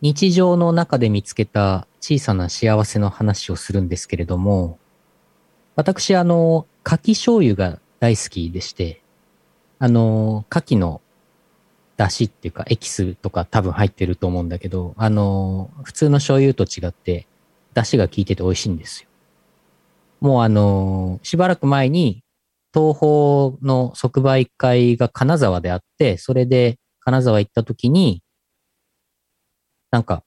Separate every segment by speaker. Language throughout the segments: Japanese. Speaker 1: 日常の中で見つけた小さな幸せの話をするんですけれども、私、あの、柿醤油が大好きでして、あの、柿の出汁っていうか、エキスとか多分入ってると思うんだけど、あの、普通の醤油と違って、出汁が効いてて美味しいんですよ。もうあの、しばらく前に、東宝の即売会が金沢であって、それで金沢行った時に、なんか、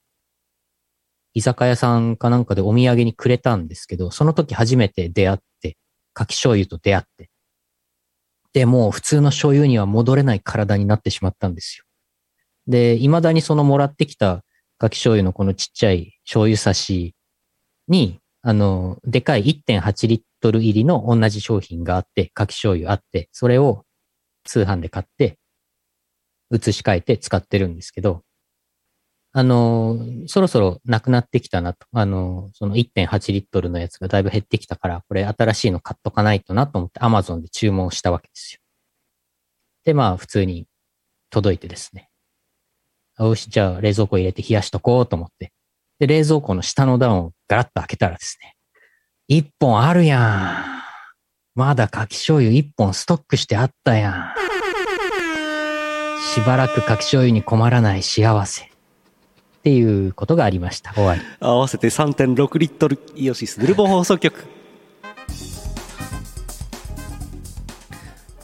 Speaker 1: 居酒屋さんかなんかでお土産にくれたんですけど、その時初めて出会って、柿醤油と出会って。で、もう普通の醤油には戻れない体になってしまったんですよ。で、未だにそのもらってきた柿醤油のこのちっちゃい醤油差しに、あの、でかい1.8リットル入りの同じ商品があって、柿醤油あって、それを通販で買って、移し替えて使ってるんですけど、あの、そろそろなくなってきたなと。あの、その1.8リットルのやつがだいぶ減ってきたから、これ新しいの買っとかないとなと思って Amazon で注文したわけですよ。で、まあ普通に届いてですね。あよし、じゃあ冷蔵庫入れて冷やしとこうと思って。で、冷蔵庫の下の段をガラッと開けたらですね。一本あるやん。まだ柿醤油一本ストックしてあったやん。しばらく柿醤油に困らない幸せ。っていうことがありました。終わり。
Speaker 2: 合わせて3.6リットルイオシスヌルボン放送局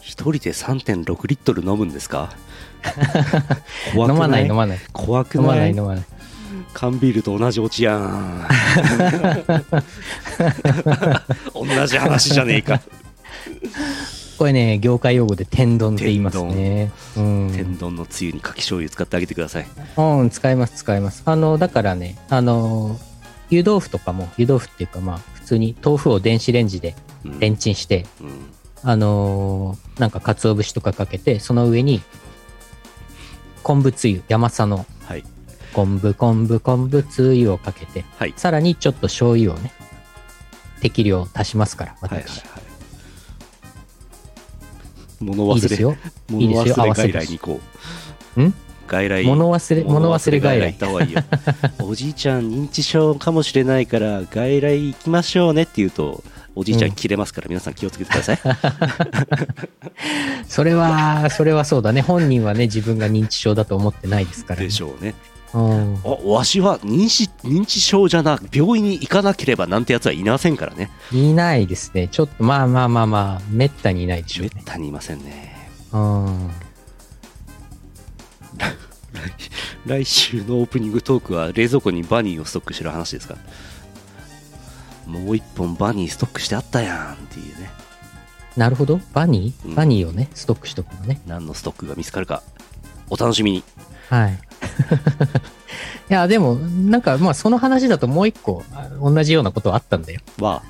Speaker 2: 一人で3.6リットル飲むんで すか怖く
Speaker 1: 飲まない飲まない。
Speaker 2: 怖く
Speaker 1: 飲ま
Speaker 2: な
Speaker 1: ないい飲まない。
Speaker 2: 缶ビールと同じオチ やん同じ話じゃねえか
Speaker 1: これね、業界用語で天丼って言いますね。 うん
Speaker 2: 天丼のつゆにかき醤油使ってあげてください
Speaker 1: うん、使います使います。あの、だからね、あの、湯豆腐とかも、湯豆腐っていうかまあ、普通に豆腐を電子レンジで
Speaker 2: うん
Speaker 1: レンチンして、
Speaker 2: うん
Speaker 1: あのーなんか鰹節とかかけて、その上に、昆布つゆ、山佐の
Speaker 2: はい
Speaker 1: 昆布、昆布、昆布つゆをかけて、
Speaker 2: はい
Speaker 1: さらにちょっと醤油をね、適量足しますから、
Speaker 2: はいはいは
Speaker 1: 私。
Speaker 2: い物
Speaker 1: いい
Speaker 2: 忘
Speaker 1: です
Speaker 2: れ
Speaker 1: よ。いい
Speaker 2: 物
Speaker 1: ですよ合
Speaker 2: 忘れ
Speaker 1: わせ
Speaker 2: 外
Speaker 1: る
Speaker 2: 来に行こう
Speaker 1: うん
Speaker 2: 外来
Speaker 1: 物忘れ、物忘れ外
Speaker 2: 行
Speaker 1: 来
Speaker 2: っ。た方がい いよおじいちゃん認知症かもしれないから外来行きましょうねって言うとおじいちゃん切れますから、皆さん気をつけてください
Speaker 1: それは、それはそうだね。本人はね、自分が認知症だと思ってないですから、ね。
Speaker 2: でしょうね
Speaker 1: うん。
Speaker 2: あわしは認知認知症じゃな病院に行かなければなんてやつはいませんからね
Speaker 1: いないですね。ちょっと、まあまあまあまあ、めったにいないでしょ
Speaker 2: め
Speaker 1: う
Speaker 2: っ
Speaker 1: ね。
Speaker 2: たにいませんね
Speaker 1: うん。
Speaker 2: 来来週のオープニングトークは冷蔵庫にバニーをストックしてる話ですかもう一本バニーストックしてあったやんっていうね
Speaker 1: なるほど。バニ
Speaker 2: うん
Speaker 1: ーバニーをね、ストックしとくのね。
Speaker 2: 何のストックが見つかるかお楽しみに
Speaker 1: はい。い や、でも、なんか、まあ、その話だともう一個、あ同じようなことあったんだよ。
Speaker 2: は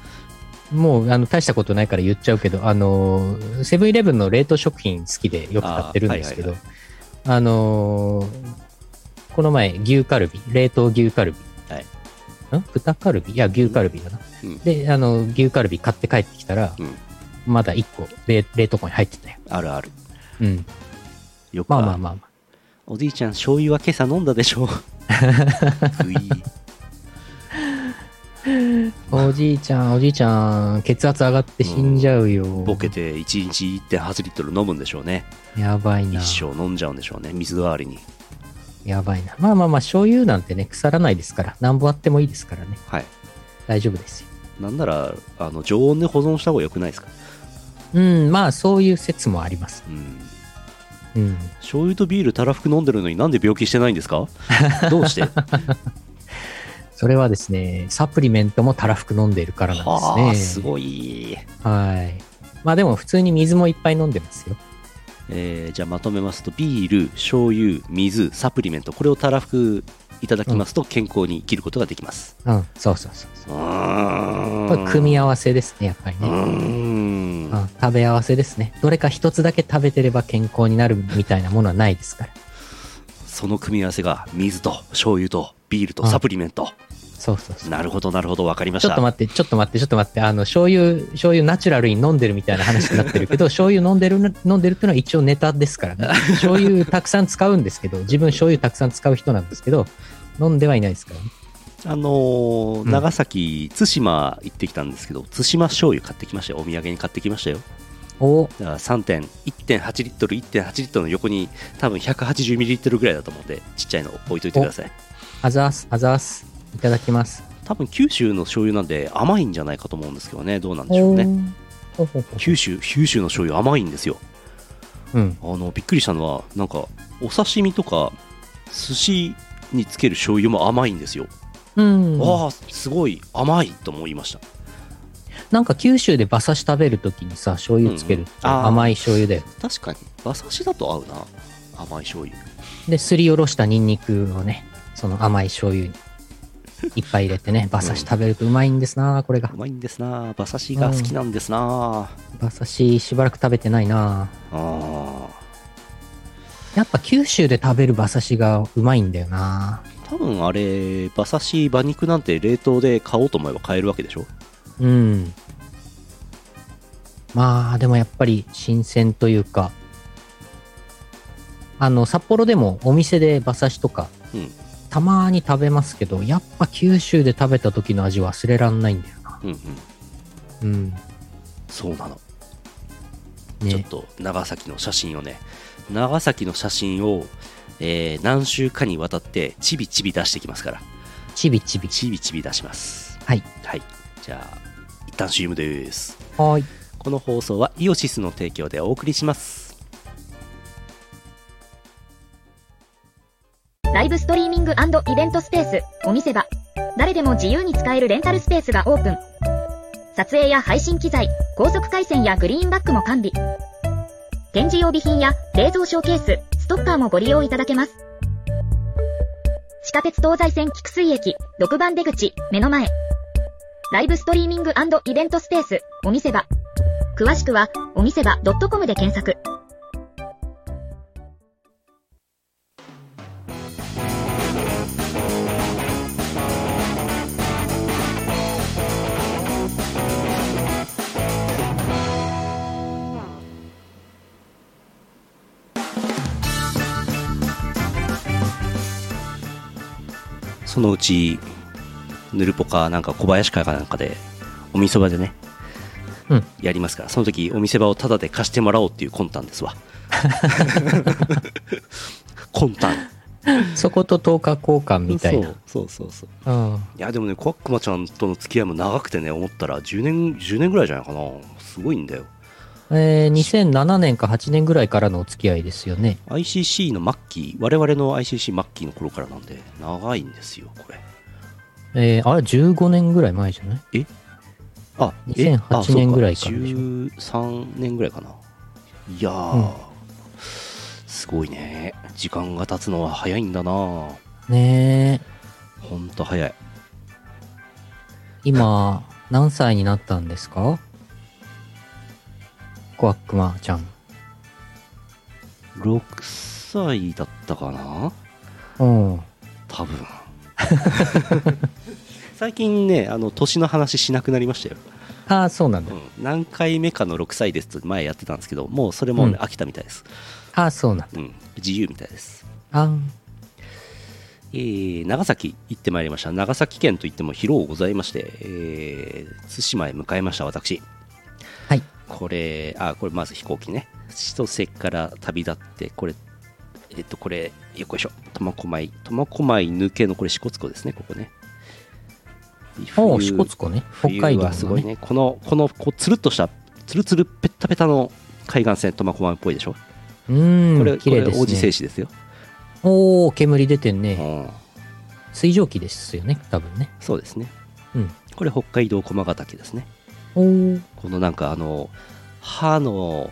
Speaker 1: もう、あの、大したことないから言っちゃうけど、あのー、セブンイレブンの冷凍食品好きでよく買ってるんですけど、
Speaker 2: あ
Speaker 1: あ,、のーこの前、牛カルビ、冷凍牛カルビ。
Speaker 2: はい
Speaker 1: ん豚カルビいや、牛カルビだな。
Speaker 2: うん
Speaker 1: で、あの、牛カルビ買って帰ってきたら、
Speaker 2: うん
Speaker 1: まだ1個冷、冷凍庫に入ってたよ。
Speaker 2: あるある
Speaker 1: うん。
Speaker 2: よく
Speaker 1: まあ
Speaker 2: る
Speaker 1: まあまあまあ。
Speaker 2: おじいちゃん醤油は今朝飲んだで しょうぐい
Speaker 1: おじいちゃん、おじいちゃん、血圧上がって死んじゃうよ。
Speaker 2: ボケて1日1.8リットル飲むんでしょうね
Speaker 1: やばいな。
Speaker 2: 一生飲んじゃうんでしょうね水代わりに
Speaker 1: やばいな。まあまあまあ、醤油なんてね、腐らないですから、なんぼあってもいいですからね。
Speaker 2: はい
Speaker 1: 大丈夫ですよ。
Speaker 2: なんならあの常温で保存した方が良くないですか
Speaker 1: うん、まあ、そういう説もあります。
Speaker 2: うん
Speaker 1: うん。
Speaker 2: 醤油とビールたらふく飲んでるのになんで病気してないんですかど うして
Speaker 1: それはですね、サプリメントもたらふく飲んでいるからなん
Speaker 2: はあ
Speaker 1: です
Speaker 2: す
Speaker 1: ね。
Speaker 2: ごい、
Speaker 1: はい。まあでも、普通に水もいっぱい飲んでますよ。
Speaker 2: えーじゃあまとめますとビール醤油水サプリメントこれをたらふくいただきますと健康に生きることができます、
Speaker 1: うん、そうそうそうそうう。
Speaker 2: ーん
Speaker 1: これ組み合わせですね、やっぱり
Speaker 2: う
Speaker 1: ね。
Speaker 2: ーん
Speaker 1: うん、食べ合わせですね。どれか一つだけ食べてれば健康になるみたいなものはないですから。
Speaker 2: その組み合わせが水と醤油とビールと
Speaker 1: うん
Speaker 2: サプリメント
Speaker 1: そうそうそう。
Speaker 2: なるほどなるほど分かりまし
Speaker 1: ちょ
Speaker 2: た
Speaker 1: っと待って、ちょっと待って、ちょっと待って、あの、醤油、醤油ナチュラルに飲んでるみたいな話になってるけ ど、醤油飲んでる、飲んでるっていうのは一応ネタですからね。醤油たくさん使うんですけど、自分醤油たくさん使う人なんですけど、飲んではいないですからね。
Speaker 2: あのー
Speaker 1: うん
Speaker 2: 長崎、対馬行ってきたんですけど、対馬醤油買ってきましたよ。お土産に買ってきましたよ。
Speaker 1: お
Speaker 2: だから3点、1.8リットル、1.8リットルの横に多分180ミリリットルぐらいだと思うんで、ちっちゃいの置いといてください。
Speaker 1: あざーす、あざーす。いただきます。
Speaker 2: 多分九州の醤油なんで甘いんじゃないかと思うんですけどね、どうなんでしょうね。
Speaker 1: おーほほほ
Speaker 2: 九州、九州の醤油甘いんですよ。
Speaker 1: うん。
Speaker 2: あの、びっくりしたのは、なんか、お刺身とか、寿司につける醤油も甘いんですよ。
Speaker 1: うん。
Speaker 2: わあ、すごい甘いと思いました。
Speaker 1: なんか九州で馬刺し食べるときにさ、醤油つけるって
Speaker 2: うんあー
Speaker 1: 甘い醤油だよ。
Speaker 2: 確かに、馬刺しだと合うな。甘い醤油。
Speaker 1: で、すりおろしたニンニクをね、その甘い醤油にいっぱい入れてね、馬刺し食べるとうまいんですな、これが
Speaker 2: う。まいんですな。馬刺しが好きなんですな。
Speaker 1: 馬刺ししばらく食べてないな。
Speaker 2: ああ。
Speaker 1: やっぱ九州で食べる馬刺しがうまいんだよな。
Speaker 2: 多分あれ、馬刺し、馬肉なんて冷凍で買おうと思えば買えるわけでしょ
Speaker 1: うん。まあ、でもやっぱり新鮮というか、あの、札幌でもお店で馬刺しとか、
Speaker 2: うん
Speaker 1: たまに食べますけど、やっぱ九州で食べた時の味忘れらんないんだよな。
Speaker 2: うんうん。
Speaker 1: うん。
Speaker 2: そうなの。ちょっ
Speaker 1: ね。
Speaker 2: と長崎の写真をね、長崎の写真を、えー何週かにわたってちびちび出してきますから、
Speaker 1: ちびちび。
Speaker 2: ちびちび出します。
Speaker 1: はい。
Speaker 2: はい。じゃあ、一旦 CM です。
Speaker 1: はーい。
Speaker 2: この放送はイオシスの提供でお送りします。
Speaker 3: ライブストリーミングイベントスペース、お店場。誰でも自由に使えるレンタルスペースがオープン。撮影や配信機材、高速回線やグリーンバックも完備。展示用備品や冷蔵ショーケース、ストッカーもご利用いただけます。地下鉄東西線菊水駅、6番出口、目の前。ライブストリーミングイベントスペース、お店場。詳しくは、お店場 .com で検索。
Speaker 2: そのうち、ぬるぽかなんか小林会かなんかで、お店場でね、
Speaker 1: うん
Speaker 2: やりますから、その時お店場をタダで貸してもらおうっていう魂 胆ですわ。魂胆。
Speaker 1: そこと10日交換みたいな。
Speaker 2: そうそうそうそう。
Speaker 1: うん。
Speaker 2: いやでもね、コアクマちゃんとの付き合いも長くてね、思ったら10年、10年ぐらいじゃないかな。すごいんだよ。
Speaker 1: えー、2007年か8年ぐらいからのお付き合いですよね。
Speaker 2: ICC の末期、我々の ICC 末期の頃からなんで、長いんですよ、これ。
Speaker 1: えー、あれ15年ぐらい前じゃない
Speaker 2: あ、
Speaker 1: 2008
Speaker 2: あそう
Speaker 1: 年ぐらいからでしょ
Speaker 2: 13年ぐらいかな。いやー、
Speaker 1: うん
Speaker 2: すごいね。時間が経つのは早いんだなほ
Speaker 1: ねえ。
Speaker 2: んと早い。
Speaker 1: 今、何歳になったんですかコアックマちゃん。
Speaker 2: 6歳だったかな
Speaker 1: うん。
Speaker 2: 多 分最近ねあの年の話しなくなりましたよ、
Speaker 1: ああ、そうなんだ。
Speaker 2: うん、何回目かの6歳ですと前やってたんですけどもうそれも、ね
Speaker 1: うん
Speaker 2: 飽きたみたいです、
Speaker 1: ああ、そうなんだ。
Speaker 2: うん、自由みたいです、
Speaker 1: あん。
Speaker 2: えー長崎行ってまいりました長崎県といっても疲労ございまして、えー対馬へ向かいました私
Speaker 1: はい
Speaker 2: これあこれまず飛行機ね千歳から旅立ってこれえっとこれよっこいしょ苫小牧苫小牧抜けのこれ支笏湖ですねここね
Speaker 1: おお、
Speaker 2: 冬
Speaker 1: 支笏湖ね。北海道
Speaker 2: はす
Speaker 1: の
Speaker 2: ごい
Speaker 1: ね。
Speaker 2: ねこのこのこうつるっとしたつるつるペッタペタの海岸線苫小牧っぽいでしょ、
Speaker 1: うーん、
Speaker 2: これ
Speaker 1: 綺
Speaker 2: こ
Speaker 1: 麗
Speaker 2: れ
Speaker 1: です
Speaker 2: 王子製
Speaker 1: ね。
Speaker 2: 紙ですよ、
Speaker 1: おお、煙出てんね。
Speaker 2: うん、
Speaker 1: 水蒸気ですよね、多分ね。
Speaker 2: そうですね、
Speaker 1: うん
Speaker 2: これ北海道駒ヶ岳ですね
Speaker 1: おお。
Speaker 2: このなんかあの歯の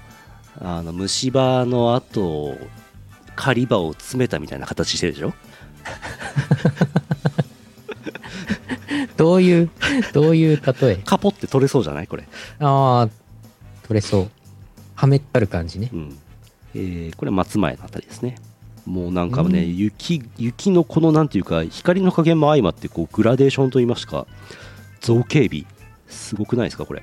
Speaker 2: あの虫歯の後狩り歯を詰めたみたいな形してるでしょ
Speaker 1: どういう、どういう例え。
Speaker 2: カポって取れそうじゃないこれ、
Speaker 1: ああ、取れそう。はめったる感じね
Speaker 2: う。んえーこれは松前のあたりですねもうなんかね、
Speaker 1: うん
Speaker 2: 雪雪のこのなんていうか光の加減も相まってこうグラデーションといいますか造形美すごくないですかこれ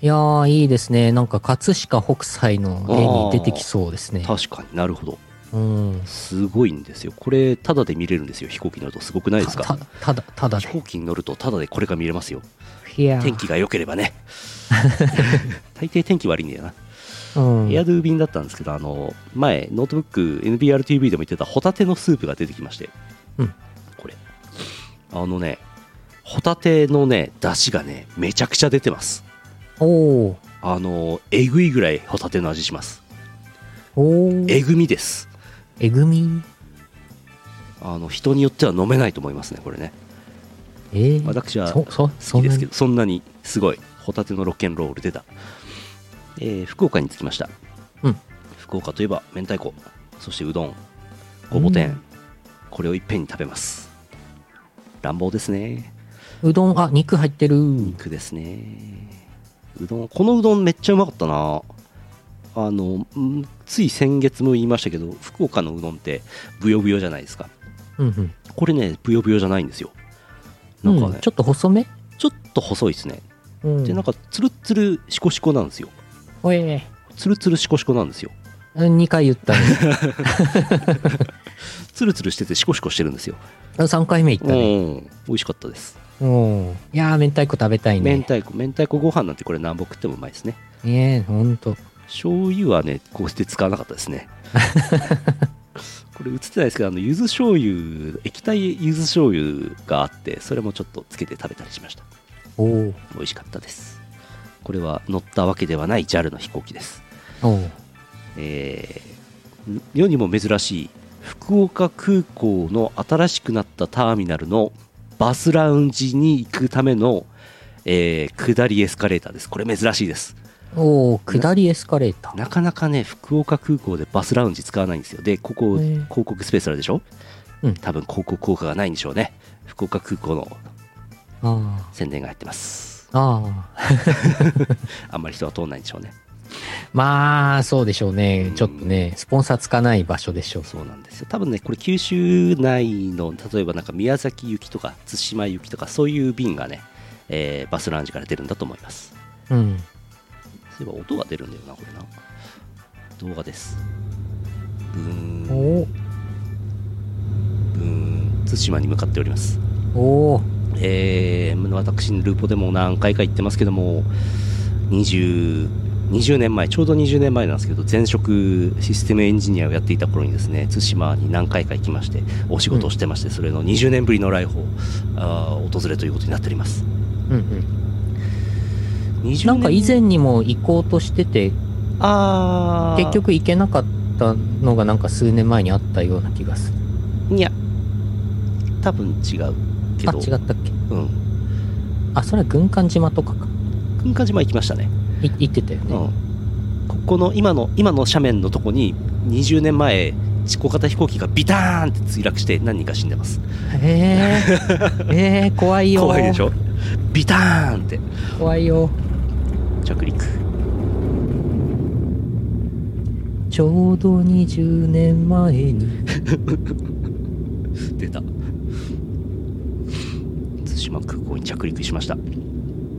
Speaker 1: いやー、いいですね。なんか、葛飾北斎の絵に出てきそうですね。
Speaker 2: 確かになるほど
Speaker 1: うん。
Speaker 2: すごいんですよこれタダで見れるんですよ飛行機に乗るとすごくないです
Speaker 1: た
Speaker 2: か
Speaker 1: たただ、ただ
Speaker 2: 飛行
Speaker 1: で。
Speaker 2: 機に乗るとタダでこれが見れますよ
Speaker 1: いやー
Speaker 2: 天気が良けれ ばね大抵天気悪いんだよな
Speaker 1: うん。
Speaker 2: エアドゥ便だったんですけど、あの前、ノートブック NBRTV でも言ってたホタテのスープが出てきまして、
Speaker 1: うん
Speaker 2: これ、あのね、ホタテのね、出汁がね、めちゃくちゃ出てます。
Speaker 1: おー
Speaker 2: あの、えぐいぐらいホタテの味します。
Speaker 1: おー
Speaker 2: えぐみです。
Speaker 1: えぐみ
Speaker 2: あの人によっては飲めないと思いますね、これね。
Speaker 1: えー、
Speaker 2: 私は
Speaker 1: そ、そ、
Speaker 2: 好
Speaker 1: そ
Speaker 2: き
Speaker 1: ん
Speaker 2: で
Speaker 1: な
Speaker 2: すけ
Speaker 1: に
Speaker 2: ど、そんなにすごい、ホタテのロケンロール出た。えー福岡に着きました。
Speaker 1: うん
Speaker 2: 福岡といえば、明太子、そしてうどん、ごぼ天、
Speaker 1: うん
Speaker 2: これをいっぺんに食べます。乱暴ですね。
Speaker 1: うどん、あ、肉入ってる。
Speaker 2: 肉ですね。うどん、このうどんめっちゃうまかったな。あの、うんつい先月も言いましたけど、福岡のうどんって、ぶよぶよじゃないですか。
Speaker 1: うんうん。
Speaker 2: これね、ぶよぶよじゃないんですよ。なんかね、
Speaker 1: うん
Speaker 2: ち
Speaker 1: ち
Speaker 2: ょ
Speaker 1: ょっと細め
Speaker 2: ちょっと細いですね。
Speaker 1: うん。
Speaker 2: でなんかツルッツルシコシコなんですよ
Speaker 1: おえ
Speaker 2: ツルツルシコシコなんですよ
Speaker 1: ー、2回言ったね。
Speaker 2: ツルツルしててシコシコしてるんですよ、
Speaker 1: 3回目行ったね。
Speaker 2: うん美味しかったです
Speaker 1: うん。いやー、明太子食べたいね。
Speaker 2: 明太子明太子ご飯なんてこれ南北食ってもうまいですね
Speaker 1: ねえ、ほんと。
Speaker 2: 醤油はねこうして使わなかったです ねこれ映ってないですけどあの柚子醤油液体柚子醤油があってそれもちょっとつけて食べたりしました
Speaker 1: おー
Speaker 2: 美味しかったですこれは乗ったわけではない JAL の飛行機です
Speaker 1: おー
Speaker 2: えー世にも珍しい福岡空港の新しくなったターミナルのバスラウンジに行くための、えー下りエスカレーターです。これ珍しいです。
Speaker 1: おー下りエスカレーター。
Speaker 2: なかなかね、福岡空港でバスラウンジ使わないんですよ。で、ここ、
Speaker 1: へー
Speaker 2: 広告スペースあるでしょ
Speaker 1: うん
Speaker 2: 多分広告効果がないんでしょうね。福岡空港の
Speaker 1: あ
Speaker 2: 宣伝が入ってます。
Speaker 1: あ。ああ。
Speaker 2: あんまり人は通んないんでしょうね。
Speaker 1: まあ、そうでしょう
Speaker 2: う
Speaker 1: ね
Speaker 2: ん。
Speaker 1: ちょっとね、スポンサーつかない場所でしょう。
Speaker 2: そうなんですよ多分ねこれ九州内の例えばなんか宮崎行きとか対馬行きとかそういう便がね、えーバスラウンジから出るんだと思います
Speaker 1: うん。
Speaker 2: そういえば音が出るんだよなこれな動画ですブーン
Speaker 1: お
Speaker 2: ブーン対馬に向かっております
Speaker 1: おお
Speaker 2: えー、私ルポでも何回か行ってますけども 20, 20年前ちょうど20年前なんですけど前職システムエンジニアをやっていた頃にですね対馬に何回か行きましてお仕事をしてまして、それの20年ぶりの来訪あー訪れということになっております
Speaker 1: うんうん。
Speaker 2: 20年
Speaker 1: なんか以前にも行こうとしてて、
Speaker 2: あー
Speaker 1: 結局行けなかったのがなんか数年前にあったような気がする。
Speaker 2: いや多分違うけ
Speaker 1: あ、
Speaker 2: ど
Speaker 1: 違ったっけ
Speaker 2: うん
Speaker 1: あ、それは軍艦島とかか。
Speaker 2: 軍艦島行きましたね
Speaker 1: い行ってたよね。
Speaker 2: うん、ここの今の今の斜面のとこに20年前小型飛行機がビターンって墜落して何人か死んでます
Speaker 1: え えええ怖いよ。
Speaker 2: 怖いでしょビターンって
Speaker 1: 怖いよ。
Speaker 2: 着陸
Speaker 1: ちょうど20年前に。
Speaker 2: 出た対馬空港に着陸しました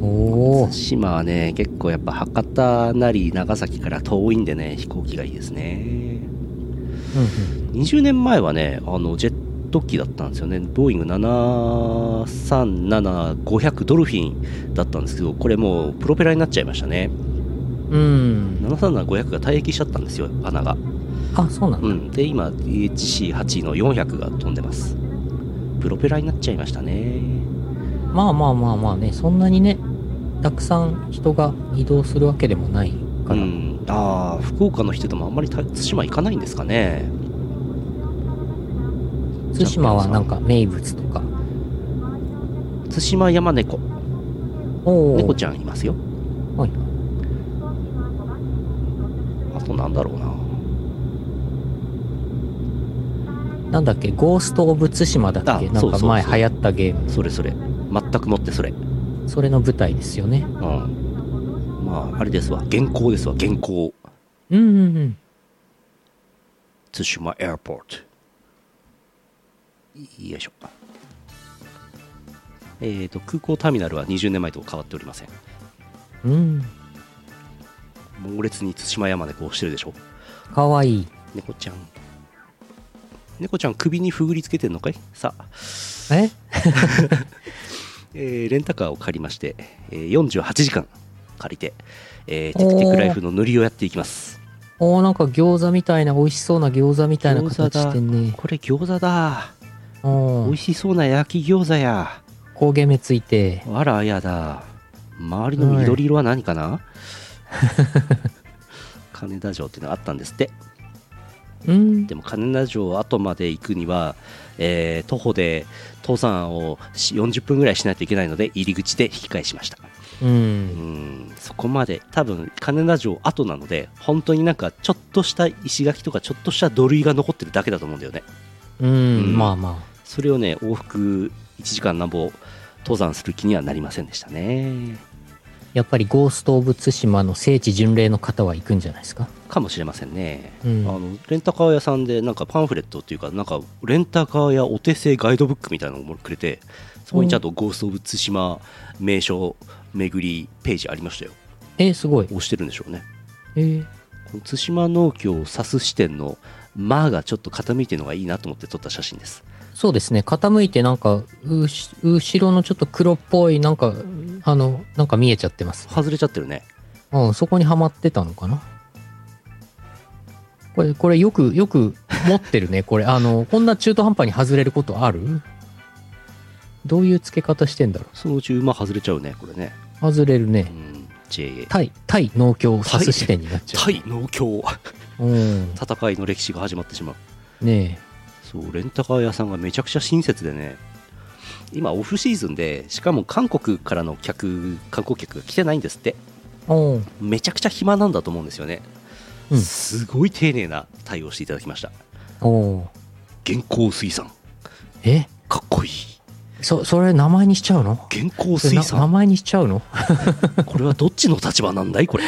Speaker 1: おお。
Speaker 2: 対馬はね結構やっぱ博多なり長崎から遠いんでね飛行機がいいですね
Speaker 1: うん
Speaker 2: 20年前はねあのジェット機だったんですよねボーイング737500ドルフィンだったんですけどこれもうプロペラになっちゃいましたね
Speaker 1: うん。うん。
Speaker 2: 737-500が退役しちゃったんですよ穴が
Speaker 1: あ、そうなんだ。
Speaker 2: うんで今 DHC8 の400が飛んでますプロペラになっちゃいましたね
Speaker 1: まあまあまあまあね、そんなにね、たくさん人が移動するわけでもないか
Speaker 2: う
Speaker 1: ら。
Speaker 2: んああ福岡の人でもあんまり対馬行かないんですかね
Speaker 1: 対馬はなんか名物とか。
Speaker 2: 対馬山猫
Speaker 1: おお。
Speaker 2: 猫ちゃんいますよ
Speaker 1: はい。
Speaker 2: あとなんだろうな
Speaker 1: なんだっけ、ゴースト・オブ・対馬だっけ
Speaker 2: あ
Speaker 1: な
Speaker 2: そうんそう
Speaker 1: か
Speaker 2: そう
Speaker 1: 前流行ったゲーム。
Speaker 2: それそれ全くもってそれ
Speaker 1: それの舞台ですよね。
Speaker 2: うん。まあ、あれですわ。原稿ですわ。原稿。
Speaker 1: うんうんうん。
Speaker 2: 対馬エアポート。よいしょ。えー、と、空港ターミナルは20年前と変わっておりません。
Speaker 1: うん。
Speaker 2: 猛烈に対馬山猫をしてるでしょ。
Speaker 1: かわいい。
Speaker 2: 猫ちゃん。猫ちゃん首にふぐりつけてんのかいさあ、
Speaker 1: え
Speaker 2: えーレンタカーを借りまして、えー48時間借りて、えーテクテクライフの塗りをやっていきます
Speaker 1: おーなんか餃子みたいな、美味しそうな餃子みたいな
Speaker 2: 餃子
Speaker 1: 形
Speaker 2: だ
Speaker 1: してんね。
Speaker 2: これ餃子だ
Speaker 1: お
Speaker 2: 美味
Speaker 1: ー
Speaker 2: しそうな焼き餃子や
Speaker 1: 焦げ目ついて。
Speaker 2: あらやだ周りの緑色は何かな、金田城っていうのがあったんですって
Speaker 1: うん
Speaker 2: で。も金田城後まで行くには、えー徒歩で登山をし40分ぐらいしないといけないので入り口で引き返しました
Speaker 1: う。
Speaker 2: うんんそこまで多分金田城後なので本当になんかちょっとした石垣とかちょっとした土塁が残ってるだけだと思うんだよね
Speaker 1: うん。まあま
Speaker 2: それをね往復1時間なんぼ登山する気にはなりませんでしたね
Speaker 1: あ。やっぱりゴースト・オブ・ツシマの聖地巡礼の方は行くんじゃないですか。
Speaker 2: かもしれませんね、
Speaker 1: うん
Speaker 2: あのレンタカー屋さんでなんかパンフレットっていうかなんかレンタカーやお手製ガイドブックみたいなのもくれてそこにちゃんと「ゴースト・オブ・ツシマ名所巡りページありましたよ
Speaker 1: え、すごい。
Speaker 2: 押してるんでしょうね
Speaker 1: えー
Speaker 2: この対馬農協を指す視点の「ま」がちょっと傾いてるのがいいなと思って撮った写真です
Speaker 1: そうですね。傾いてなんか、うし後ろのちょっと黒っぽい、なんか、あの、なんか見えちゃってます。
Speaker 2: 外れちゃってるね
Speaker 1: うん、そこにはまってたのかな。これ、これよく、よく持ってるね。これ、あの、こんな中途半端に外れることあるどういう付け方してんだろ
Speaker 2: そのうち「馬外れちゃうねこれね
Speaker 1: う。外れる
Speaker 2: う
Speaker 1: ね。
Speaker 2: ん JA
Speaker 1: 対、対農協を指す視点になっちゃ
Speaker 2: 対農協
Speaker 1: う。うん。
Speaker 2: 戦いの歴史が始まってしまう
Speaker 1: ね
Speaker 2: そうレンタカー屋さんがめちゃくちゃ親切でね今オフシーズンでしかも韓国からの客観光客が来てないんですって
Speaker 1: え。おう
Speaker 2: めちゃくちゃ暇なんだと思うんですよね、
Speaker 1: うん
Speaker 2: すごい丁寧な対応していただきました
Speaker 1: おう
Speaker 2: 原稿水産
Speaker 1: え
Speaker 2: かっこいい
Speaker 1: そ、それ名前にしちゃうの
Speaker 2: 原稿
Speaker 1: それ
Speaker 2: 水
Speaker 1: な
Speaker 2: 産
Speaker 1: 名前にしちゃうの
Speaker 2: これはどっちの立場なんだい これ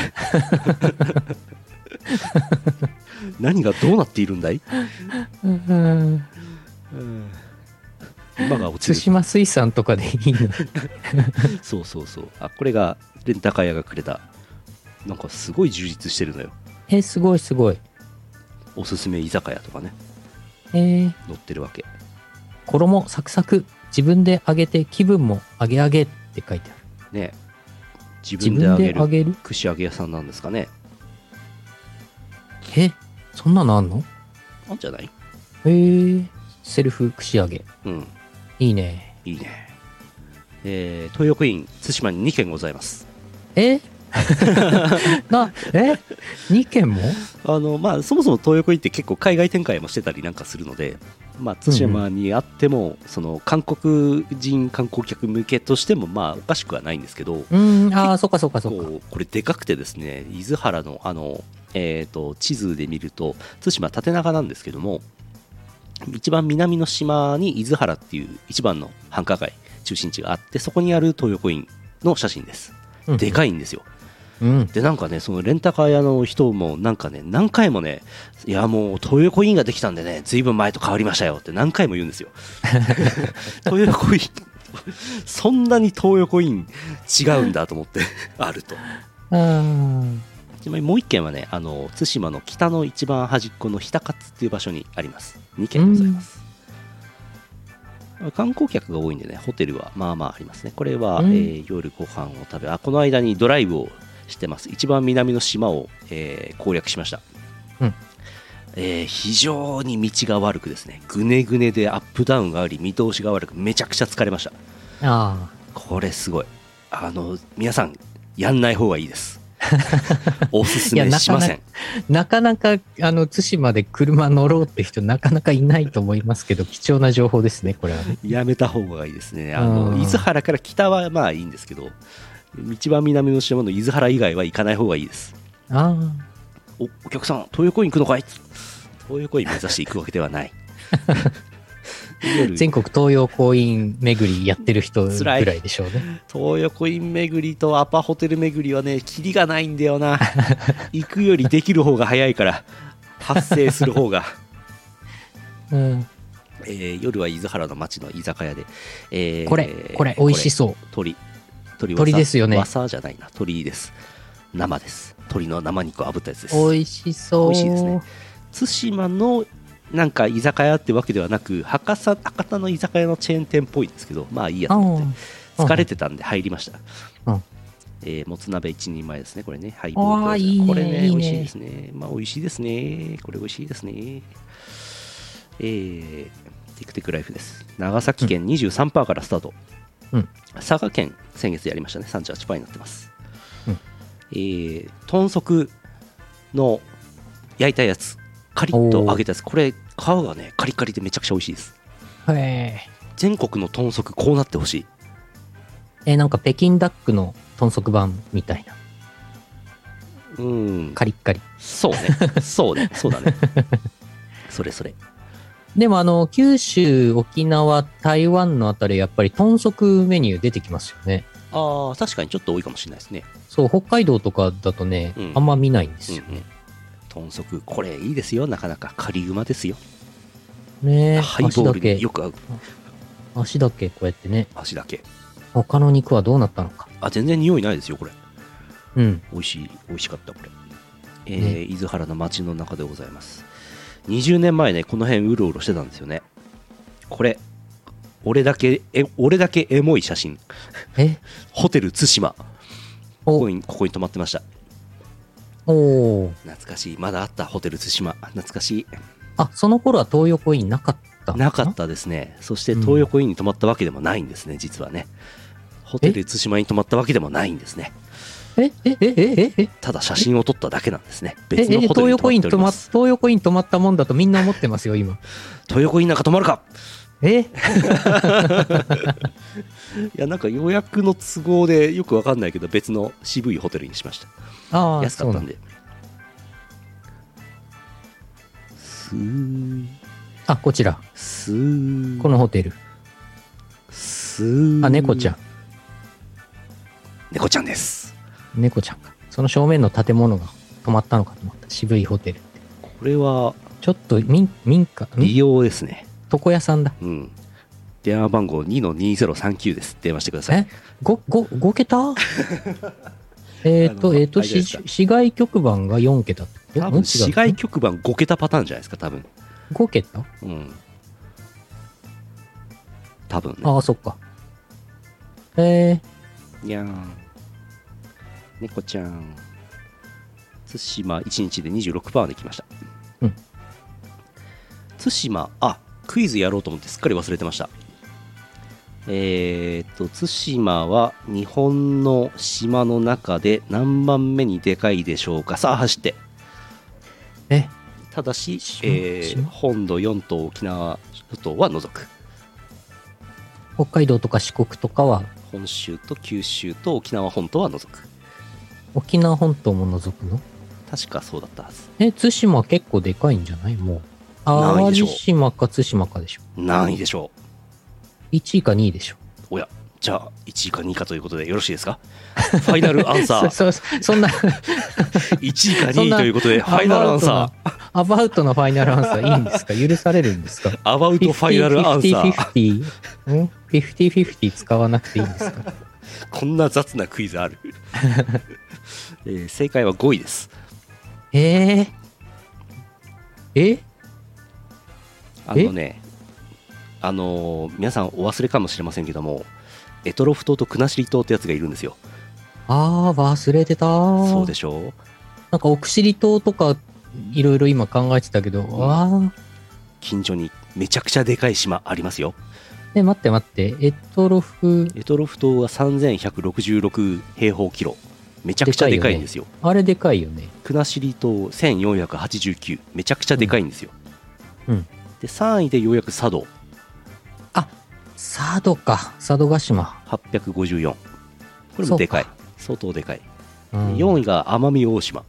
Speaker 2: 何がどうなっているんだい
Speaker 1: うん。
Speaker 2: 今が落
Speaker 1: 津
Speaker 2: ちる
Speaker 1: 島水産とかでいい の
Speaker 2: そうそうそうあこれがレンタカー屋がくれたなんかすごい充実してるのよ
Speaker 1: え、すごいすごい。
Speaker 2: おすすめ居酒屋とかね
Speaker 1: えー、
Speaker 2: 載ってるわけ
Speaker 1: 衣サクサク自分で揚げて気分も揚げ揚げって書いてある
Speaker 2: ね自
Speaker 1: 自
Speaker 2: 分であ
Speaker 1: 分
Speaker 2: げ
Speaker 1: で揚
Speaker 2: る
Speaker 1: げる
Speaker 2: 串揚げ屋さんなんですかね
Speaker 1: えそんなのあんの
Speaker 2: あんじゃない
Speaker 1: へえー、セルフ串揚げ
Speaker 2: うん
Speaker 1: いいね
Speaker 2: いいねえー、東横イン対馬に2軒ございます
Speaker 1: えなえ2件も
Speaker 2: あのまあ、そもそも東横行って結構海外展開もしてたりなんかするので、まあ、対馬にあっても、その韓国人観光客向けとしてもまあおかしくはないんですけど
Speaker 1: うーんああそっかそっかそっか
Speaker 2: こうこれでかくてですね伊豆原のあの、えー、と地図で見ると対馬縦長なんですけども一番南の島に伊豆原っていう一番の繁華街中心地があってそこにある東横インの写真です
Speaker 1: うん
Speaker 2: でかいんですよ
Speaker 1: うん
Speaker 2: でなんかねそのレンタカー屋の人もなんかね何回もねいやもう東横インができたんでねずいぶん前と変わりましたよって何回も言うんで すよ東横インそんなに東横イン違うんだと思ってあると
Speaker 1: あー
Speaker 2: ちなみにもう一軒はねあの対馬の北の一番端っこの日高津っていう場所にあります2軒ございます、観光客が多いんでねホテルはまあまあありますねこれは、
Speaker 1: うん
Speaker 2: えー夜ご飯を食べあこの間にドライブをしてます一番南の島を、えー攻略しました、
Speaker 1: うん
Speaker 2: えー非常に道が悪くですねぐねぐねでアップダウンがあり見通しが悪くめちゃくちゃ疲れました
Speaker 1: あ
Speaker 2: これすごいあの皆さんやんない方がいいです おすすめしません
Speaker 1: ーなかなかあの対馬で車乗ろうって人なかなかいないと思いますけど貴重な情報ですねこれはね
Speaker 2: やめた方がいいですね。あの、
Speaker 1: うん
Speaker 2: 伊豆原から北はまあいいんですけど、一番南の島の伊豆原以外は行かない方がいいです。
Speaker 1: あ
Speaker 2: お、お客さん、東横イン行くのかい東横イン目指して行くわけではない。
Speaker 1: あ
Speaker 2: 夜
Speaker 1: 全国東洋公園巡りやってる人ぐらいでしょうね
Speaker 2: 東横イン巡りとアパホテル巡りはね、キリがないんだよな。行くよりできる方が早いから、発生する 方が。
Speaker 1: うん
Speaker 2: えー夜は伊豆原の町の居酒屋で、えー
Speaker 1: これ、これ、美味しそう。
Speaker 2: 鳥鳥
Speaker 1: 鳥ですよね
Speaker 2: わさじゃないな鳥です生です鳥の生肉を炙ったやつです
Speaker 1: 美味しそう。
Speaker 2: 美味しいですね対馬のなんか居酒屋ってわけではなく博多博多の居酒屋のチェーン店っぽいですけどまあいいやと思って
Speaker 1: うん
Speaker 2: 疲れてたんで入りました、
Speaker 1: うん
Speaker 2: えーもつ鍋一人前ですねこれねはい
Speaker 1: あーいいね
Speaker 2: これね
Speaker 1: いいね
Speaker 2: 美味しいですねまあ美味しいですねこれ美味しいですねえー、テクテクライフです長崎県23%からスタート、
Speaker 1: うん
Speaker 2: 佐賀県先月やりましたね38%になってます、
Speaker 1: うん
Speaker 2: えー豚足の焼いたやつカリッと揚げたやつこれ皮がねカリカリでめちゃくちゃ美味しいです
Speaker 1: へえ。
Speaker 2: 全国の豚足こうなってほしい
Speaker 1: えーなんか北京ダックの豚足版みたいな。
Speaker 2: うん
Speaker 1: カリッカリ。
Speaker 2: そうね。そう ね。そうだね。それそれ。
Speaker 1: でもあの、九州、沖縄、台湾のあたり、やっぱり豚足メニュー出てきますよね。
Speaker 2: ああ、確かにちょっと多いかもしれないですね。
Speaker 1: そう、北海道とかだとね、
Speaker 2: うん
Speaker 1: あんま見ないんですよ。
Speaker 2: うんうん。豚足、これいいですよ。なかなか。カリウマですよ。
Speaker 1: ねえ、
Speaker 2: ハイボ
Speaker 1: 足
Speaker 2: ー
Speaker 1: だ
Speaker 2: ルに
Speaker 1: け、
Speaker 2: よく合う。
Speaker 1: 足だけこうやってね、
Speaker 2: 足だけ。
Speaker 1: 他の肉はどうなったのか。
Speaker 2: あ、全然匂いないですよ、これ。
Speaker 1: うん。
Speaker 2: 美味しい。美味しかった、これ。えー伊豆原の町の中でございます。20年前ね、この辺うろうろしてたんですよね。これ。俺だけ、え、俺だけエモい写真。
Speaker 1: え
Speaker 2: ホテル対馬。ここ
Speaker 1: お、
Speaker 2: に、ここに泊まってました。
Speaker 1: おー
Speaker 2: 懐かしい。まだあった、ホテル対馬。懐かしい。
Speaker 1: あ、その頃は東横インなかったの
Speaker 2: なかったですね。そして東横インに泊まったわけでもないんですね、実はね。ホテル対馬に泊まったわけでもないんですね。
Speaker 1: え、え、え、え、え、え、
Speaker 2: ただ写真を撮っただけなんですね。
Speaker 1: え、
Speaker 2: 別
Speaker 1: え
Speaker 2: のホテ
Speaker 1: 東
Speaker 2: ルに泊
Speaker 1: 横
Speaker 2: ま
Speaker 1: イ
Speaker 2: っ
Speaker 1: ン
Speaker 2: ており
Speaker 1: 止ま、
Speaker 2: ます。
Speaker 1: 東横イン止まったもんだとみんな思ってますよ、今。
Speaker 2: 東横インなんか泊まるか
Speaker 1: え
Speaker 2: いや、なんか予約の都合でよくわかんないけど、別の渋いホテルにしました。
Speaker 1: ああ、
Speaker 2: 安か
Speaker 1: そ
Speaker 2: っ
Speaker 1: う
Speaker 2: た
Speaker 1: なんんだ。
Speaker 2: で。すー、
Speaker 1: あ、こちら。
Speaker 2: すー、
Speaker 1: このホテル。
Speaker 2: すー。
Speaker 1: あ、猫ちゃん。。
Speaker 2: 猫ちゃんです。
Speaker 1: 猫ちゃんか。その正面の建物が止まったのかと思った。渋いホテルって。
Speaker 2: これは
Speaker 1: ちょっと民民家、ん
Speaker 2: 美容ですね。
Speaker 1: 床屋さんだ。
Speaker 2: うん。電話番号2の2039です。電話してください。
Speaker 1: え ?5、5、5桁 えっ
Speaker 2: あ
Speaker 1: と、
Speaker 2: の
Speaker 1: えっと、
Speaker 2: 大丈夫
Speaker 1: 市
Speaker 2: ですか
Speaker 1: 市外局番が4桁ってこと
Speaker 2: 多
Speaker 1: ん違
Speaker 2: 分
Speaker 1: う
Speaker 2: 市外局番5桁パターンじゃないですか、多分。
Speaker 1: 5桁
Speaker 2: うん。多分ね。
Speaker 1: ああ、そっか。え
Speaker 2: にゃーん。猫ちゃん。対馬1日で26%できました。
Speaker 1: うん
Speaker 2: 対馬、あ、クイズやろうと思ってすっかり忘れてました。えーっと、対馬は日本の島の中で何番目にでかいでしょうかさあ、走って。
Speaker 1: ー、え、
Speaker 2: ただし、
Speaker 1: 島
Speaker 2: えー
Speaker 1: 島
Speaker 2: 本土4島沖縄諸島は除く
Speaker 1: 北海道とか四国とかは
Speaker 2: 本州と九州と沖縄本島は除く
Speaker 1: 沖縄本島も除くの
Speaker 2: 確かそうだったはず
Speaker 1: え、対馬結構でかいんじゃないもう。淡路島か対馬かでしょ。
Speaker 2: 何位でしょう
Speaker 1: 1位か2位でしょ。
Speaker 2: おやじゃあ1位か2位かということでよろしいで すかファイナルアンサー
Speaker 1: そ、そ、そん な、
Speaker 2: 1位か
Speaker 1: そ
Speaker 2: 2
Speaker 1: ん
Speaker 2: 位
Speaker 1: な
Speaker 2: ということでファイナルアンサー
Speaker 1: ー。アバウトのファイナルアンサーいいんですか許されるんですか
Speaker 2: アバウトファイナルアンサー
Speaker 1: 50-50 50ん ?50-50 使わなくていいんですか
Speaker 2: こんな雑なクイ ズある、えー正解は5位です
Speaker 1: えー、え
Speaker 2: あのねあのー皆さんお忘れかもしれませんけどもエトロフ島と国後島ってやつがいるんですよ
Speaker 1: あー、忘れてた
Speaker 2: そうで
Speaker 1: し
Speaker 2: しょう
Speaker 1: なんか、奥尻島とか、いろいろ今考えてたけど、あー。
Speaker 2: 近所にめちゃくちゃでかい島ありますよ
Speaker 1: え、待って待って、エトロフ、
Speaker 2: エトロフ島が3166平方キロめちゃくちゃでかいんですよ
Speaker 1: あれでかいよね。
Speaker 2: 国後島1489めちゃくちゃでかいんですよ、
Speaker 1: うんうん
Speaker 2: で3位でようやく佐渡
Speaker 1: 佐渡か、佐渡島。
Speaker 2: 854これもでかい
Speaker 1: そ
Speaker 2: 相当でかい、
Speaker 1: うん
Speaker 2: 4位が奄美大島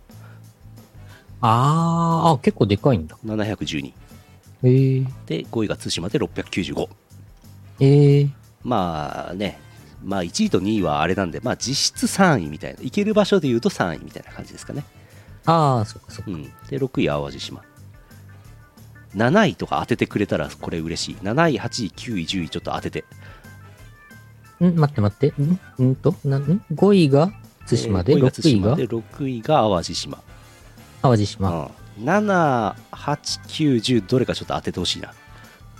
Speaker 1: あーあ、結構でかいんだ。
Speaker 2: 712
Speaker 1: えー、
Speaker 2: で5位が対馬で695
Speaker 1: えー、
Speaker 2: まあねまあ1位と2位はあれなんでまあ実質3位みたいな行ける場所で言うと3位みたいな感じですかね
Speaker 1: ああ、そっかそっ
Speaker 2: う
Speaker 1: か。
Speaker 2: ん、で6位、淡路島。7位とか当ててくれたらこれ嬉しい。7位、8位、9位、10位ちょっと当てて。
Speaker 1: ん待って待って。んんとなんん ?5 位が対馬で、
Speaker 2: えー
Speaker 1: 6位が
Speaker 2: 5位が対馬で6位が淡路島。
Speaker 1: 淡路島。
Speaker 2: うん7、8、9、10どれかちょっと当ててほしいな。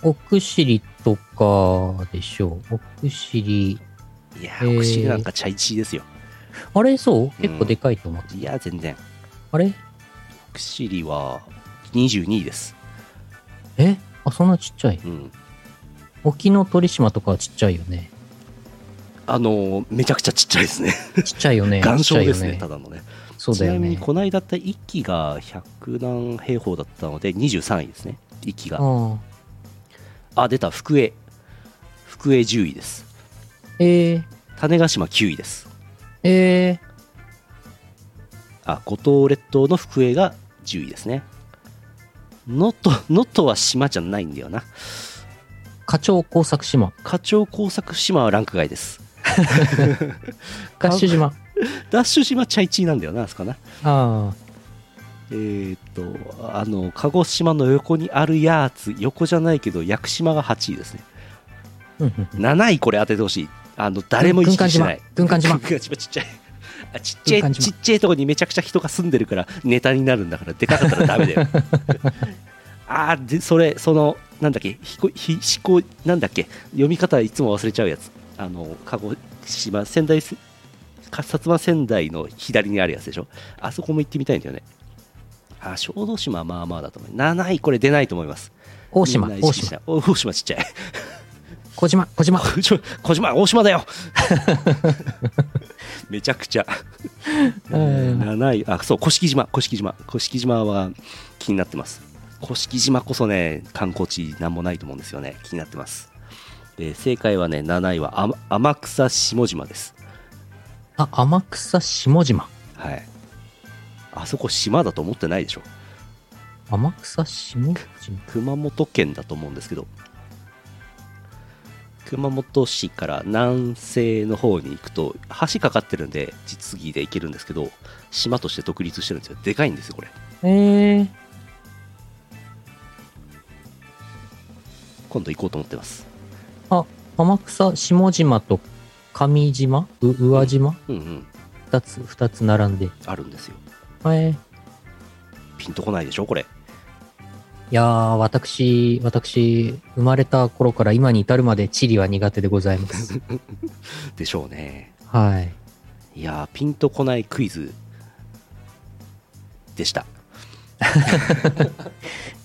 Speaker 1: 奥尻とかでしょう。奥尻。
Speaker 2: いや
Speaker 1: え
Speaker 2: ー、
Speaker 1: ー
Speaker 2: お尻なんか茶一ですよ。
Speaker 1: あれそう結構でかいと思って。
Speaker 2: いや、全然。
Speaker 1: あれ
Speaker 2: お尻は22位です。
Speaker 1: えあ、そんなちっちゃい。
Speaker 2: うん。
Speaker 1: 沖の鳥島とかはちっちゃいよね。
Speaker 2: あのーめちゃくちゃちっちゃいですね。
Speaker 1: ちっちゃいよね。
Speaker 2: 岩礁です
Speaker 1: ちっちゃい
Speaker 2: ね、
Speaker 1: よ
Speaker 2: ただのね。
Speaker 1: そうだよ
Speaker 2: ちなみに、
Speaker 1: ね。
Speaker 2: この間だった1期が100何平方だったので、23位ですね。1期が。
Speaker 1: あ
Speaker 2: あ、出た、福江。福江10位です。
Speaker 1: あえー、
Speaker 2: 種子島9位です。
Speaker 1: え
Speaker 2: あ、五島列島の福江が10位ですね。能登、能登は島じゃないんだよな。
Speaker 1: ー、課長工作島。
Speaker 2: 課長工作島はランク外です。
Speaker 1: 合ッシュ島。
Speaker 2: ダッシュ島チャイチーなんだよな、あそこな。
Speaker 1: ああ、
Speaker 2: えーっと、あの、鹿児島の横にあるやつ、横じゃないけど、屋久島が8位ですね。
Speaker 1: うんうんうん
Speaker 2: 7位これ当ててほしい。あの、誰も意識してない。
Speaker 1: 軍艦島軍
Speaker 2: 軍艦島ちっちゃい。あちっちゃ
Speaker 1: 軍
Speaker 2: い、
Speaker 1: 艦島
Speaker 2: ちっちゃいとこにめちゃくちゃ人が住んでるから、ネタになるんだから、でかかったらダメ だよ。あーで、それ、その、なんだっけ、ひこ、ひ、しこ、なんだっけ、読み方いつも忘れちゃうやつ。あの、鹿児島、仙台す、か薩摩仙台の左にあるやつでしょ。あそこも行ってみたいんだよね。あ、小豆島はまあまあだと思う。7位これ出ないと思います。
Speaker 1: 大島
Speaker 2: みんな、意
Speaker 1: 大
Speaker 2: 識し
Speaker 1: 島、
Speaker 2: ないお大島ちっちゃい。
Speaker 1: 小島、小 島。
Speaker 2: 小島小島大島 だよめちゃくちゃ
Speaker 1: うん
Speaker 2: 7位あそう甑島甑島甑島は気になってます甑島こそね観光地なんもないと思うんですよね気になってますで正解はね7位はあ天草下島です
Speaker 1: あ、天草下島。
Speaker 2: はいあそこ島だと思ってないでしょ
Speaker 1: 天草下島。
Speaker 2: 熊本県だと思うんですけど熊本市から南西の方に行くと橋かかってるんで実技で行けるんですけど島として独立してるんですよでかいんですよこれ
Speaker 1: えー、
Speaker 2: 今度行こうと思ってます
Speaker 1: 天草下島と上島う宇和島
Speaker 2: うんうん
Speaker 1: 二つ、二つ並んで。
Speaker 2: あるんですよ
Speaker 1: えー、い
Speaker 2: ピンとこないでしょこれ
Speaker 1: やー、私、私、生まれた頃から今に至るまで地理は苦手でござい ます。
Speaker 2: でしょうね
Speaker 1: はい。
Speaker 2: いやーピンとこないクイズでした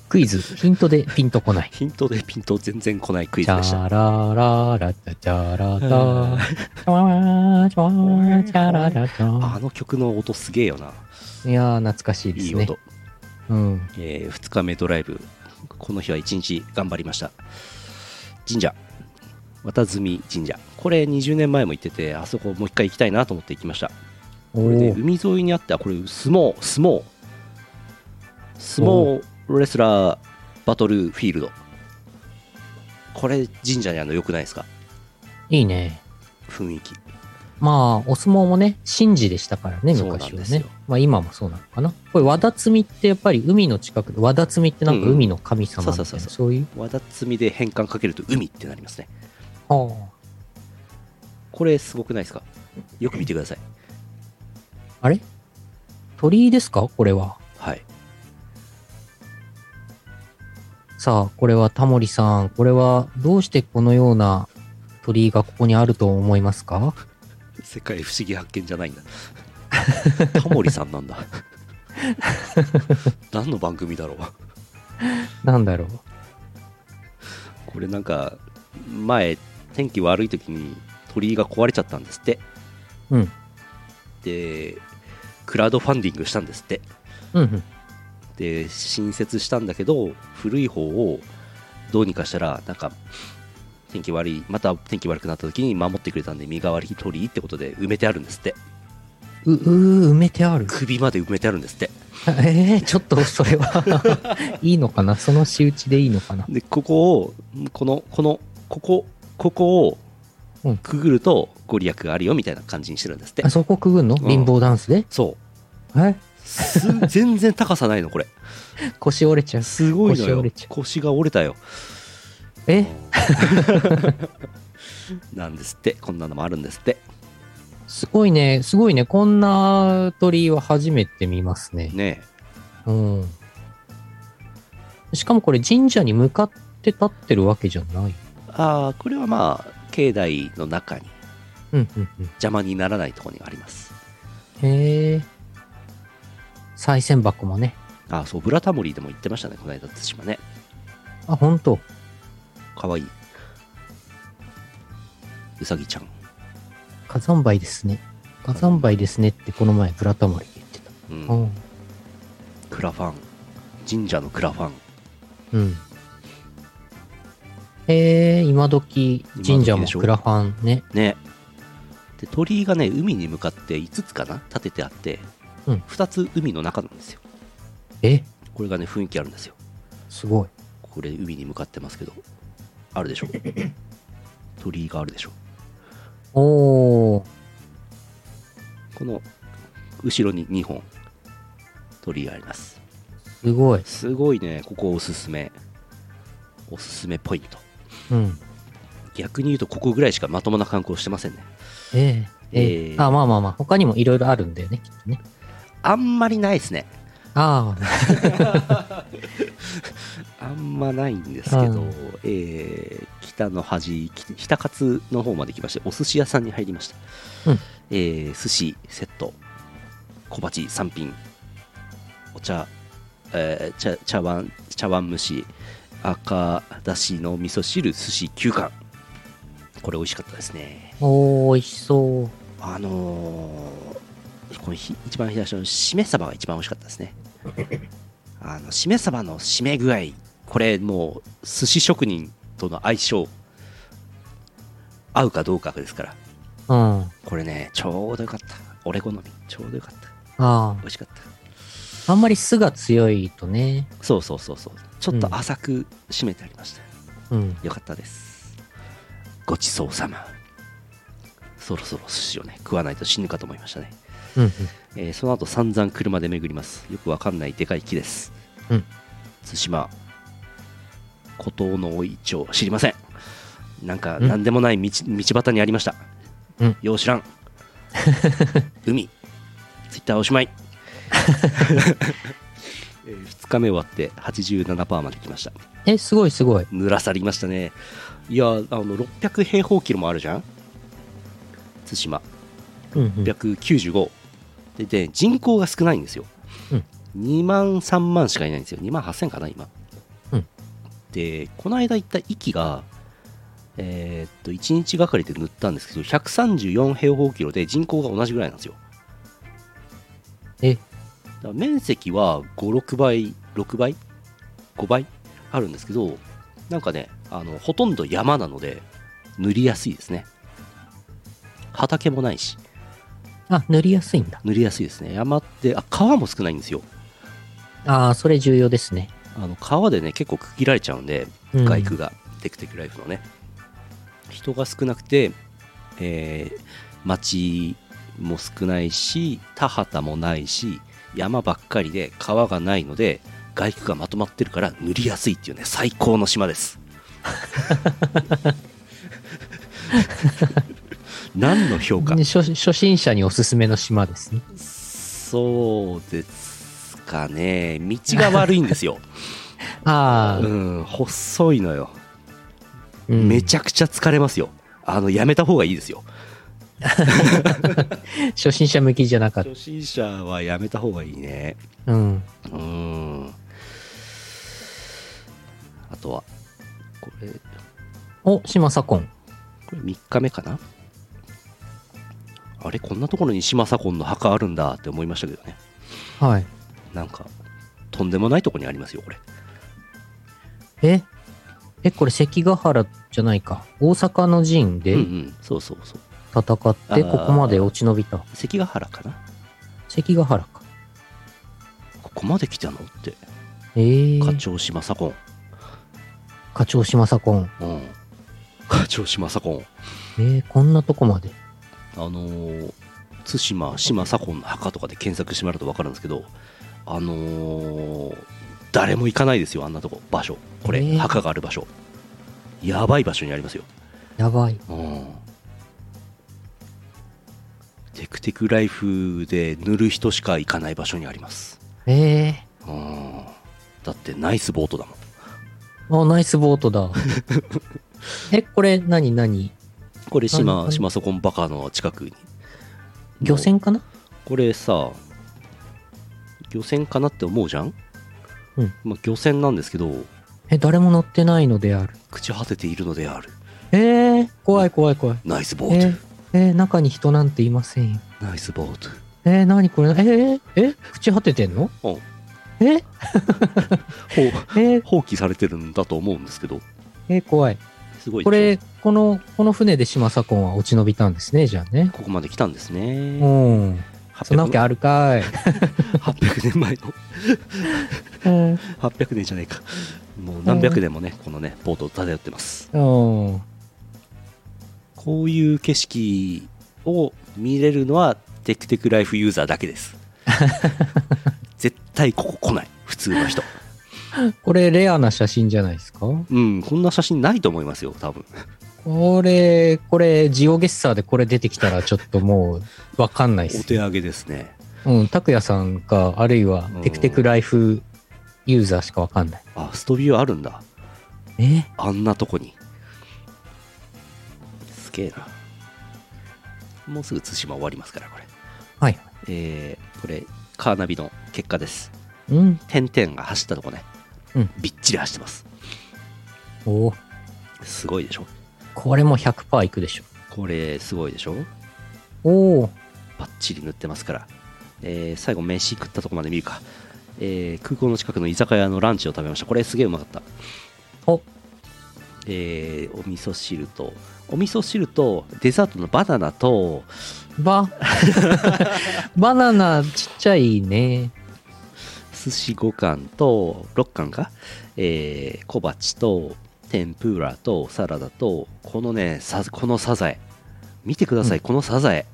Speaker 1: クイズ、ヒントでピンとこない。
Speaker 2: ヒントでピント全然こないクイ
Speaker 1: チ
Speaker 2: ズ
Speaker 1: ャ
Speaker 2: でした
Speaker 1: ラララチャチャラタ。チ
Speaker 2: うん
Speaker 1: ャワーチャワーチャララ
Speaker 2: あ
Speaker 1: タ。
Speaker 2: の曲の音すげえよない
Speaker 1: やー、懐かしいで
Speaker 2: いい
Speaker 1: すね
Speaker 2: 音。
Speaker 1: うん。
Speaker 2: え2日目ドライブこの日は1日頑張りました神社渡住神社これ20年前も行っててあそこもう一回行きたいなと思って行きました
Speaker 1: お
Speaker 2: これで
Speaker 1: お。
Speaker 2: 海沿いにあったこれ相撲相撲相撲レスラーバトルフィールドこれ神社にあるの良くないですか
Speaker 1: いいね。
Speaker 2: 雰囲気
Speaker 1: まあ、お相撲もね、神事でしたからね、
Speaker 2: そうなん
Speaker 1: 昔
Speaker 2: で
Speaker 1: は
Speaker 2: すよ
Speaker 1: ね。まあ、今もそうなのかな。これ、和田摘みってやっぱり海の近くで、和田摘みってなんか海の神様みたいな、
Speaker 2: うんうんそうそうそうそ
Speaker 1: そういう。
Speaker 2: 和田摘で変換かけると海ってなりますね
Speaker 1: は
Speaker 2: これすごくないですかよく見てください
Speaker 1: あ、あれ鳥居ですかこれは。
Speaker 2: はい
Speaker 1: さあ、これはタモリさん。これは、どうしてこのような鳥居がここにあると思いますか
Speaker 2: 世界不思議発見じゃないんだタモリさんな んだ何の番組だろう
Speaker 1: なんだろう。
Speaker 2: これなんか前天気悪い時に鳥居が壊れちゃったんですって
Speaker 1: うん
Speaker 2: でクラウドファンディングしたんですって
Speaker 1: うんうん。
Speaker 2: で新設したんだけど古い方をどうにかしたらなんか天気悪いまた天気悪くなった時に守ってくれたんで身代わり鳥居ってことで埋めてあるんですって
Speaker 1: う、うー、埋めてある。
Speaker 2: 首まで埋めてあるんですって
Speaker 1: ええちょっとそれは、 いいのかなその仕打ちでいいのかな
Speaker 2: でここをこのこのここここを
Speaker 1: うん
Speaker 2: くぐるとご利益があるよみたいな感じにしてるんですって、
Speaker 1: あそこくぐんの
Speaker 2: うん
Speaker 1: 貧乏ダンスで、
Speaker 2: そう
Speaker 1: え
Speaker 2: す 全然高さないのこれ
Speaker 1: 腰折れちゃう。
Speaker 2: すごいの
Speaker 1: 腰
Speaker 2: よ
Speaker 1: 折れ
Speaker 2: 腰
Speaker 1: ちゃ
Speaker 2: が折れたよ
Speaker 1: え
Speaker 2: なんですってこんなのもあるんですって
Speaker 1: すごいね、すごいね。こんな鳥居は初めて見ますね。
Speaker 2: ね
Speaker 1: うん。しかもこれ神社に向かって立ってるわけじゃない。
Speaker 2: ああこれはまあ境内の中に
Speaker 1: うんうんうん。
Speaker 2: 邪魔にならないところにあります
Speaker 1: へえ。賽銭箱もね。
Speaker 2: ああそうブラタモリでも言ってましたねこの間対馬ね
Speaker 1: あ、ほんと。
Speaker 2: かわいいうさぎちゃん
Speaker 1: 火山灰ですね。火山灰ですねってこの前ブラタモリで言ってた。
Speaker 2: うん
Speaker 1: うん。
Speaker 2: クラファン神社のクラファン
Speaker 1: うん。へえ、今時神社もクラファンね。
Speaker 2: ねで鳥居がね海に向かって5つかな立ててあって、
Speaker 1: うん
Speaker 2: 2つ海の中なんですよ
Speaker 1: え、
Speaker 2: これがね雰囲気あるんですよ
Speaker 1: すごい。
Speaker 2: これ海に向かってますけどある でしょ鳥居があるでしょ
Speaker 1: おー。
Speaker 2: この後ろに2本鳥居があります
Speaker 1: すごい。
Speaker 2: すごいねここおすすめおすすめポイント
Speaker 1: うん。
Speaker 2: 逆に言うとここぐらいしかまともな観光してませんね
Speaker 1: ええええ
Speaker 2: えー
Speaker 1: あ、まあまあまあ。他にもいろいろあるんだよね、きっとね。
Speaker 2: あんまりないですね
Speaker 1: ああ、
Speaker 2: あんまないんですけど、
Speaker 1: うん
Speaker 2: えー北の端、き北勝の方まで来まして、お寿司屋さんに入りました。
Speaker 1: うん
Speaker 2: えー寿司セット、小鉢3品、お茶、えー茶茶碗、茶碗蒸し、赤だしの味噌汁、寿司9貫。これ美味しかったですね。
Speaker 1: おー、美味しそう。
Speaker 2: あのーこのひ一番左下のしめ鯖が一番美味しかったですね。あのしめ鯖の締め具合、これもう寿司職人との相性、合うかどうかですか
Speaker 1: う
Speaker 2: ら、
Speaker 1: ん。あ
Speaker 2: これね、ちょうどよかった。俺好み、ちょうどよかった。
Speaker 1: あ
Speaker 2: 美。味しかった。
Speaker 1: あんまり酢が強いとね。
Speaker 2: そうそうそうそう。ちょっと浅く締めてありました。
Speaker 1: うん。
Speaker 2: よかったです。ごちそうさま。そろそろ寿司をね、食わないと死ぬかと思いましたね。
Speaker 1: うん、うん。
Speaker 2: えーその後散々車で巡りますよくわかんないでかい木です
Speaker 1: うん
Speaker 2: 対馬孤島の大イチョウ知りませんなんか
Speaker 1: うん
Speaker 2: 何でもない道,、道端にありました、
Speaker 1: うん
Speaker 2: よう知ら ん海ツイッターおし まい、え2日目終わって87%まで来ました
Speaker 1: え、すごいすごい。
Speaker 2: 濡らされましたねいやあの600平方キロもあるじゃん対馬
Speaker 1: うん、うん。
Speaker 2: 695でで人口が少ないんですよ、
Speaker 1: うん
Speaker 2: 2万3万しかいないんですよ2万8000かな今、
Speaker 1: うん
Speaker 2: でこの間行った息がえーっと1日がかりで塗ったんですけど134平方キロで人口が同じぐらいなんですよ
Speaker 1: え、
Speaker 2: だから面積は56倍6倍5倍あるんですけどなんかねあのほとんど山なので塗りやすいですね畑もないし
Speaker 1: あ、塗りやすいんだ。
Speaker 2: 塗りやすいですね山ってあ川も少ないんですよ
Speaker 1: ああ、それ重要ですね。
Speaker 2: あの川でね結構区切られちゃうんで
Speaker 1: うん、
Speaker 2: 外区が、テクテクライフのね人が少なくて、えー町も少ないし田畑もないし山ばっかりで川がないので外区がまとまってるから塗りやすいっていうね最高の島です 何の評価
Speaker 1: 初初心者におすすめの島ですね。
Speaker 2: そうですかね道が悪いんですよ、
Speaker 1: ああ、
Speaker 2: うん、細いのよ
Speaker 1: うん
Speaker 2: めちゃくちゃ疲れますよあのやめた方がいいですよ
Speaker 1: 初心者向きじゃなかった。
Speaker 2: 初心者はやめた方がいいね
Speaker 1: うん。
Speaker 2: うんあとはこれこ
Speaker 1: お、島左近。
Speaker 2: れ3日目かなあれこんなところに島左近の墓あるんだって思いましたけどね
Speaker 1: はい。
Speaker 2: なんかとんでもないとこにありますよこれ
Speaker 1: ええ、これ関ヶ原じゃないか。大阪の陣で
Speaker 2: うんう
Speaker 1: 戦
Speaker 2: んそうそうそう
Speaker 1: って、ここまで落ち延びた。
Speaker 2: 関ヶ原かな
Speaker 1: 関ヶ原か。
Speaker 2: ここまで来たのって
Speaker 1: ええ
Speaker 2: 課
Speaker 1: ー。
Speaker 2: 長島左近
Speaker 1: 課長島左近。
Speaker 2: うん課長島左近
Speaker 1: ええこんなとこまで。
Speaker 2: あのー対馬島左近の墓とかで検索してもらうと分かるんですけどあのー誰も行かないですよあんなとこ場所これ、
Speaker 1: えー
Speaker 2: 墓がある場所やばい場所にありますよ
Speaker 1: やばい。
Speaker 2: うんテクテクライフで塗る人しか行かない場所にあります
Speaker 1: ええ
Speaker 2: うんだってナイスボートだもん
Speaker 1: あ、ナイスボート だ。え、これ何何
Speaker 2: これ
Speaker 1: はいは
Speaker 2: 島
Speaker 1: い
Speaker 2: 島そこんバカの近くに
Speaker 1: 漁船かな
Speaker 2: これさ漁船かなって思うじゃん、
Speaker 1: うん
Speaker 2: まあ、漁船なんですけど
Speaker 1: え、誰も乗ってないのである。
Speaker 2: 朽ち果てているのである
Speaker 1: えー、怖い怖い怖い。
Speaker 2: ナイスボ
Speaker 1: え
Speaker 2: ート、
Speaker 1: ー、えー中に人なんていませんよ。
Speaker 2: ナイスボート
Speaker 1: えー、何これえー、えー、朽ち果ててんの
Speaker 2: うん
Speaker 1: え
Speaker 2: ほう
Speaker 1: えー、
Speaker 2: 放棄されてるんだと思うんですけど
Speaker 1: えー、怖い。
Speaker 2: すごい
Speaker 1: これ、この、この船で島左近は落ち延びたんですね、じゃあね。
Speaker 2: ここまで来たんです
Speaker 1: う
Speaker 2: ね
Speaker 1: ん。そんなわけあるかい。
Speaker 2: 800年前の
Speaker 1: うん。
Speaker 2: 800年じゃないかもう何百年もねこのねボートを漂ってます
Speaker 1: うん
Speaker 2: こういう景色を見れるのはテクテクライフユーザーだけです 絶対ここ来ない普通の人
Speaker 1: これ、レアな写真じゃないですか
Speaker 2: うんこんな写真ないと思いますよ多分
Speaker 1: これ、これ、ジオゲッサーでこれ出てきたらちょっともう、わかんないっ
Speaker 2: お
Speaker 1: す。
Speaker 2: 手上げですね
Speaker 1: うん、拓也さんか、あるいは
Speaker 2: う、ん
Speaker 1: テクテクライフユーザーしかわかんない。
Speaker 2: あストビューあるんだ
Speaker 1: え
Speaker 2: あんなとこにすげえなもうすぐ対馬終わりますからこれ
Speaker 1: はい。
Speaker 2: えーこれカーナビの結果です
Speaker 1: うん。
Speaker 2: 点々が走ったとこね、
Speaker 1: うん
Speaker 2: びっちり走ってます
Speaker 1: おー
Speaker 2: すごいでしょ
Speaker 1: これも100%いくでしょ。
Speaker 2: これすごいでしょ
Speaker 1: おお
Speaker 2: バッチリ塗ってますから、えー最後飯食ったとこまで見るか、えー空港の近くの居酒屋のランチを食べましたこれすげえうまかった
Speaker 1: お
Speaker 2: えーお味噌汁とお味噌汁とデザートのバナナと
Speaker 1: ば、 バナナちっちゃいね。
Speaker 2: 寿司5貫と6貫か、えー小鉢と天ぷらとサラダとこのねさこのサザエ見てください、このサザエ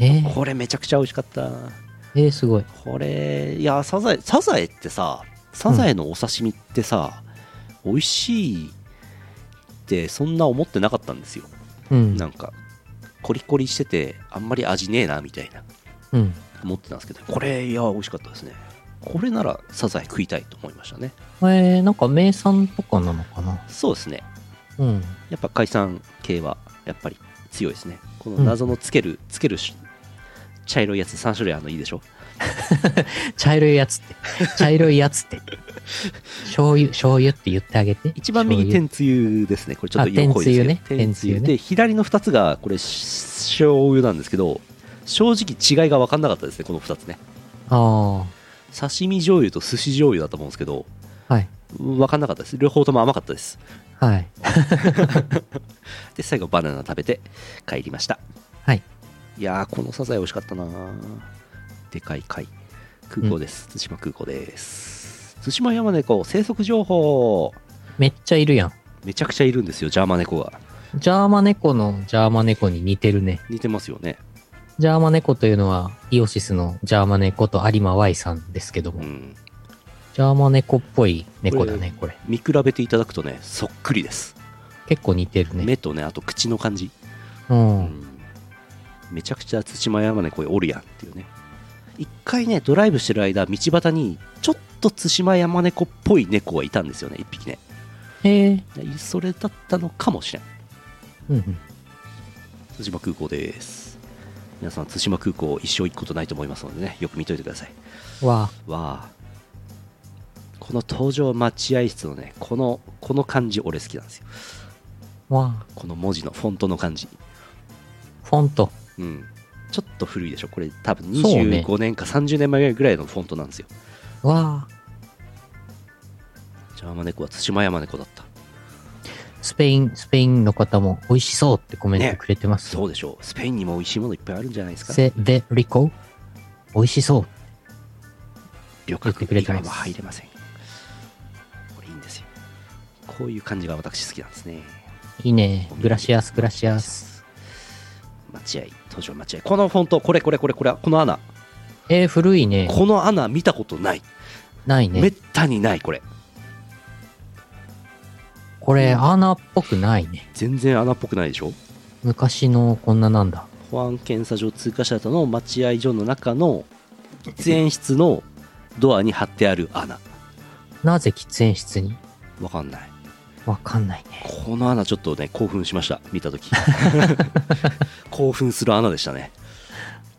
Speaker 1: えー
Speaker 2: これめちゃくちゃ美味しかった
Speaker 1: えーすごい。
Speaker 2: これいやサザエサザエってさサザエのお刺身ってさ、美味しいってそんな思ってなかったんですよ
Speaker 1: うん。
Speaker 2: なんかコリコリしててあんまり味ねえなみたいな
Speaker 1: うん。
Speaker 2: 思ってたんですけどこれいや美味しかったですねこれならサザエ食いたいと思いましたね
Speaker 1: えーなんか名産とかなのかな
Speaker 2: そうですね
Speaker 1: うん。
Speaker 2: やっぱ解散系はやっぱり強いですねこの謎のつける、つけるし茶色いやつ3種類あるのいいでしょ
Speaker 1: 茶色いや つって。茶色いやつって。醤油、醤油って言ってあげて。
Speaker 2: 一番右
Speaker 1: 醤油
Speaker 2: 天つゆですねこれちょっ
Speaker 1: あ
Speaker 2: と色濃いですけど
Speaker 1: 天つゆね
Speaker 2: 天つゆ
Speaker 1: 天つゆね
Speaker 2: で左の2つがこれし醤油なんですけど正直違いが分かんなかったですねこの2つね
Speaker 1: あ
Speaker 2: 刺身醤油と寿司醤油だと思うんですけど
Speaker 1: あ。はい。
Speaker 2: 分かんなかったです両方とも甘かったです
Speaker 1: はい。
Speaker 2: で最後バナナ食べて帰りました
Speaker 1: はい
Speaker 2: いやーこのサザエ美味しかったなでかい貝空港です、対馬空港です対馬山猫生息情報
Speaker 1: めっちゃいるやん。
Speaker 2: めちゃくちゃいるんですよジャーマネコが
Speaker 1: ジャーマネコのジャーマネコに似てるね。
Speaker 2: 似てますよね
Speaker 1: ジャーマネコというのは、イオシスのジャーマネコと有馬 Y さんですけど
Speaker 2: う
Speaker 1: も、
Speaker 2: ん
Speaker 1: ジャーマネコっぽい猫だね、これ。
Speaker 2: 見比べていただくとねそっくりです、
Speaker 1: 結構似てるね。
Speaker 2: 目とねあと口の感じ、
Speaker 1: う。
Speaker 2: うんんめちゃくちゃ対馬山猫おるやんっていうね一回ねドライブしてる間道端にちょっと対馬山猫っぽい猫がいたんですよね一匹ね
Speaker 1: へえ。
Speaker 2: それだったのかもしれん
Speaker 1: うんうん。
Speaker 2: 対馬空港です皆さん対馬空港一生行くことないと思いますのでねよく見といてください
Speaker 1: わ
Speaker 2: わあこの搭乗待合室のねこのこの感じ俺好きなんですよ
Speaker 1: あ、わ
Speaker 2: この文字のフォントの感じ
Speaker 1: あ、フォント。
Speaker 2: うんちょっと古いでしょこれ多分
Speaker 1: そうね
Speaker 2: 25年か30年前ぐらいのフォントなんですよ
Speaker 1: わあ、
Speaker 2: ジャーマネコは対馬山猫だった
Speaker 1: スペイン、スペインの方も美味しそうってコメン
Speaker 2: ね
Speaker 1: トくれてます。
Speaker 2: そうでしょうスペインにも美味しいものいっぱいあるんじゃないですか
Speaker 1: セデリコ美味しそう。言
Speaker 2: 旅
Speaker 1: って
Speaker 2: 客
Speaker 1: くれ
Speaker 2: 以
Speaker 1: てま
Speaker 2: 外
Speaker 1: す
Speaker 2: は入れませんこれいいんですよこういう感じが私好きなんですね
Speaker 1: いいね。グラシアス、グラシアス。
Speaker 2: 待合登場待合このフォントこれこれこれこれこの穴
Speaker 1: えー、古いね。
Speaker 2: この穴見たことない、
Speaker 1: ない
Speaker 2: め
Speaker 1: ね
Speaker 2: っ。たにないこれ
Speaker 1: これ、穴っぽくないね。
Speaker 2: 全然穴っぽくないでしょ
Speaker 1: 昔のこんななんだ。
Speaker 2: 保安検査場通過した後の待合所の中の喫煙室のドアに貼ってある穴
Speaker 1: なぜ喫煙室に
Speaker 2: わかんない
Speaker 1: わかんないね。
Speaker 2: この穴ちょっとね興奮しました見た 時興奮する穴でしたね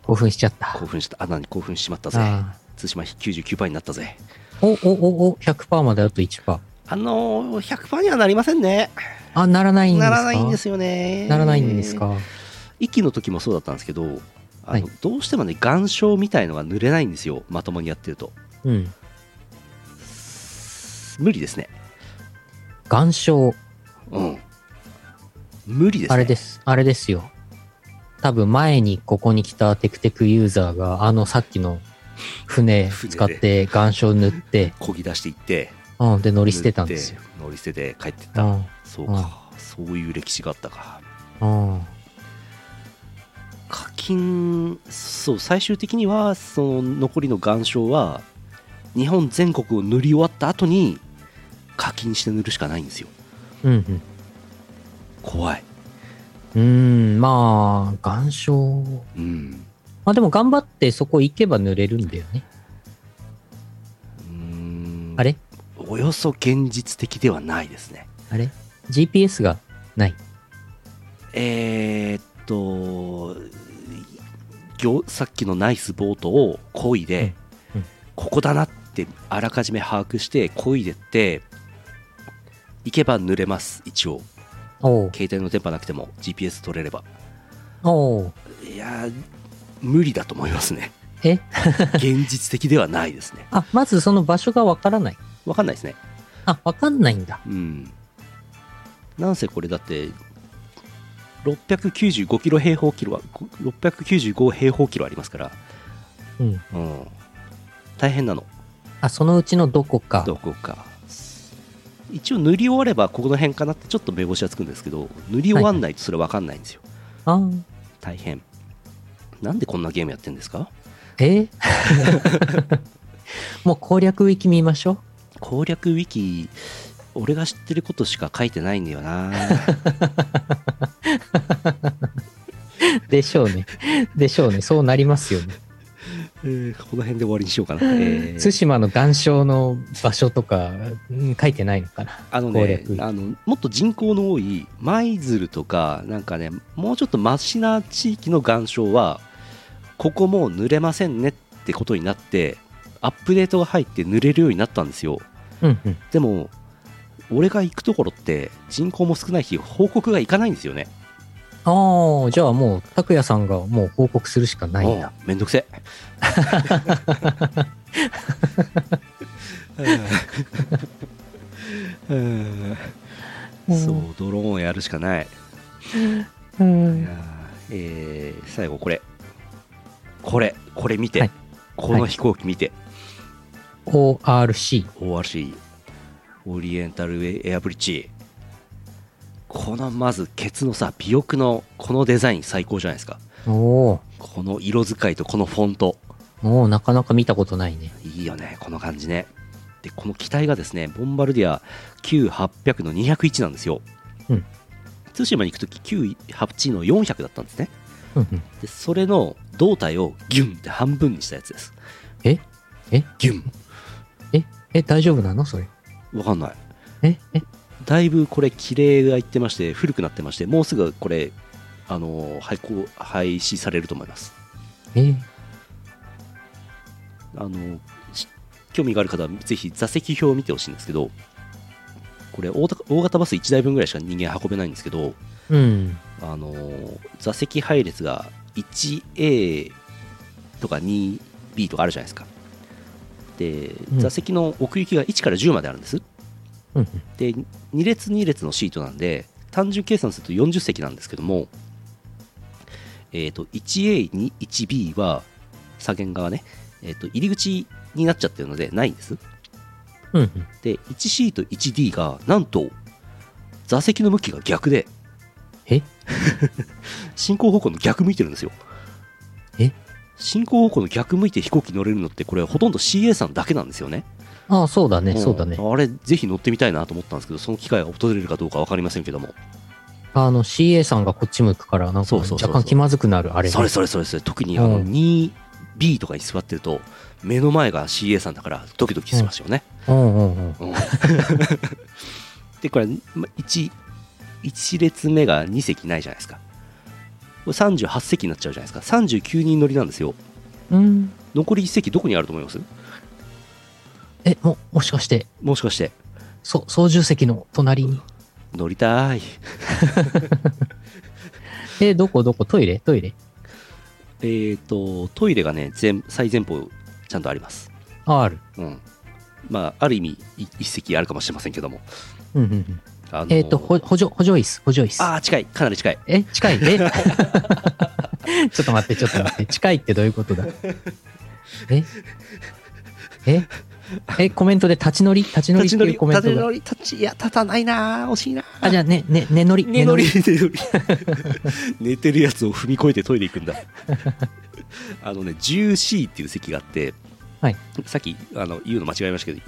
Speaker 1: 興奮しちゃった
Speaker 2: 興。奮した穴に興奮しちまったぜ
Speaker 1: あ
Speaker 2: 対馬99%になったぜ
Speaker 1: ーお、お、お、お、100%まであと1%。
Speaker 2: あのー、100%にはなりませんね
Speaker 1: あ、ならないんです
Speaker 2: な
Speaker 1: から
Speaker 2: ないんですよね
Speaker 1: ならないんですか。
Speaker 2: 息の時もそうだったんですけどあの、
Speaker 1: はい
Speaker 2: どうしてもね岩礁みたいのが濡れないんですよまともにやってると
Speaker 1: うん。
Speaker 2: 無理ですね
Speaker 1: 岩礁、
Speaker 2: うん無理です、ね、
Speaker 1: あれです。あれですよ。多分前にここに来たテクテクユーザーが、あのさっきの船
Speaker 2: 船で
Speaker 1: 使って岩礁塗って、
Speaker 2: こぎ出していって
Speaker 1: うん、で乗
Speaker 2: 乗
Speaker 1: り捨てたんですよ。
Speaker 2: 乗り捨てて帰ってっ
Speaker 1: う
Speaker 2: た、
Speaker 1: ん。
Speaker 2: そうか、そういう歴史があったか
Speaker 1: うん。
Speaker 2: 課金そう最終的にはその残りの岩礁は日本全国を塗り終わった後に課金して塗るしかないんですよ
Speaker 1: うん、
Speaker 2: 怖い
Speaker 1: うん。うん、まあ、岩礁。
Speaker 2: うん
Speaker 1: まあでも頑張ってそこ行けば濡れるんだよね。
Speaker 2: うーん
Speaker 1: あれ
Speaker 2: およそ現実的ではないですね
Speaker 1: あれ ?GPS がない。
Speaker 2: えー、っとぎょさっきのナイスボートを漕いで、
Speaker 1: うんうん
Speaker 2: ここだなってあらかじめ把握して漕いでって行けば濡れます一応
Speaker 1: おう。
Speaker 2: 携帯の電波なくても GPS 取れれば
Speaker 1: おう。
Speaker 2: いやー無理だと思います ね
Speaker 1: え
Speaker 2: 現実的ではないですね
Speaker 1: あ、まずその場所がわからない。
Speaker 2: わかんないですね
Speaker 1: あ、わかんないんだ。
Speaker 2: うんなんせこれだって695キロ平方キロは695平方キロありますから
Speaker 1: うん。
Speaker 2: うん大変なの
Speaker 1: あ、そのうちのどこか。
Speaker 2: どこか一応塗り終わればここの辺かなってちょっと目星はつくんですけど塗り終わんないとそれ分かんないんですよ、
Speaker 1: あー
Speaker 2: 大変なんでこんなゲームやってんですか
Speaker 1: え ーもう攻略ウィキ見ましょう。
Speaker 2: 攻略ウィキ俺が知ってることしか書いてないんだよな
Speaker 1: でしょうね。でしょうね。そうなりますよね。
Speaker 2: えーこの辺で終わりにしようかな、えー
Speaker 1: 対馬の岩礁の場所とか、うん書いてないのかな。
Speaker 2: あの
Speaker 1: 攻
Speaker 2: ね
Speaker 1: 略ウィキ
Speaker 2: あのもっと人口の多い舞鶴とかなんかねもうちょっとマシな地域の岩礁はここもう濡れませんねってことになってアップデートが入って濡れるようになったんですよ
Speaker 1: うんうん。
Speaker 2: でも俺が行くところって人口も少ないし報告がいかないんですよね
Speaker 1: ああ、じゃあもう、拓也さんがもう報告するしかないんだ。
Speaker 2: うんめんどくせえうんそうドローンやるしかない
Speaker 1: うん
Speaker 2: いやーえー最後これこれこれ見て、
Speaker 1: はい
Speaker 2: この飛行機見て、
Speaker 1: ORC。
Speaker 2: ORC オリエンタルエアブリッジこのまずケツのさ尾翼のこのデザイン最高じゃないですか
Speaker 1: おお
Speaker 2: この色使いとこのフォント
Speaker 1: ー。おーなかなか見たことないね。
Speaker 2: いいよねこの感じねでこの機体がですねボンバルディア9800の201なんですよ、
Speaker 1: うん
Speaker 2: 対馬に行く時98の400だったんですね
Speaker 1: うんうん。
Speaker 2: でそれの胴体をギュンって半分にしたやつです
Speaker 1: ええ
Speaker 2: ギュン
Speaker 1: え、大丈夫なのそれ。
Speaker 2: わかんない
Speaker 1: え、え、
Speaker 2: だいぶこれ綺麗がいってまして古くなってましてもうすぐこれあの廃校廃止されると思います
Speaker 1: えー
Speaker 2: あのし興味がある方はぜひ座席表を見てほしいんですけどこれ大型大型バス1台分ぐらいしか人間運べないんですけど
Speaker 1: うん。
Speaker 2: あの座席配列が 1A とか 2B とかあるじゃないですかで
Speaker 1: ん
Speaker 2: 座席の奥行きが1から10まであるんです
Speaker 1: うん
Speaker 2: で2列2列のシートなんで単純計算すると40席なんですけども、えー、と 1A21B は左舷側ね、えー、と入り口になっちゃってるのでないんです
Speaker 1: うん。うんうん。
Speaker 2: で1シート 1D がなんと座席の向きが逆で
Speaker 1: え
Speaker 2: 進行方向の逆向いてるんですよ
Speaker 1: え
Speaker 2: 進行方向の逆向いて飛行機乗れるのってこれほとんど CA さんだけなんですよね
Speaker 1: ああ、そうだね、
Speaker 2: ん
Speaker 1: そうだね。
Speaker 2: あれぜひ乗ってみたいなと思ったんですけどその機会が訪れるかどうか分かりませんけども
Speaker 1: あの、CA さんがこっち向くから、なんか
Speaker 2: そうそうそうそう
Speaker 1: 若干気まずくなる、あれね。
Speaker 2: それそれそれそれ特にあの
Speaker 1: うん
Speaker 2: 2B B とかに座ってると目の前が CA さんだからドキドキしますよね、
Speaker 1: うんうんうん。
Speaker 2: うん でこれ 1, 一列目が2席ないじゃないですかこれ38席になっちゃうじゃないですか39人乗りなんですよ
Speaker 1: うん。
Speaker 2: 残り1席どこにあると思います
Speaker 1: え、も、もしかして、
Speaker 2: もしかして
Speaker 1: そ、操縦席の隣に。
Speaker 2: 乗りたい
Speaker 1: え、どこどこトイレトイレ
Speaker 2: えー、とトイレがね前最前方ちゃんとあります
Speaker 1: あ、ある。
Speaker 2: うんまあある意味い一席あるかもしれませんけども
Speaker 1: うんうんうん。
Speaker 2: あのー
Speaker 1: えっ、と、ほ補助、補助椅子、補助椅子。
Speaker 2: あー近いかなり近い
Speaker 1: え、近いえ ちょっと待って、ちょっと待って。近いってどういうことだえええ、コメントで立ち乗り立ち乗りっていうコメン
Speaker 2: 立
Speaker 1: ト
Speaker 2: ち乗
Speaker 1: が。
Speaker 2: り立ちいや立たないなー惜しいなー
Speaker 1: あ、じゃあね、ね、寝乗り。
Speaker 2: 寝乗り寝乗り寝てるやつを踏み越えてトイレ行くんだあのね 10C っていう席があって、
Speaker 1: はい
Speaker 2: さっきあの言うの間違えましたけど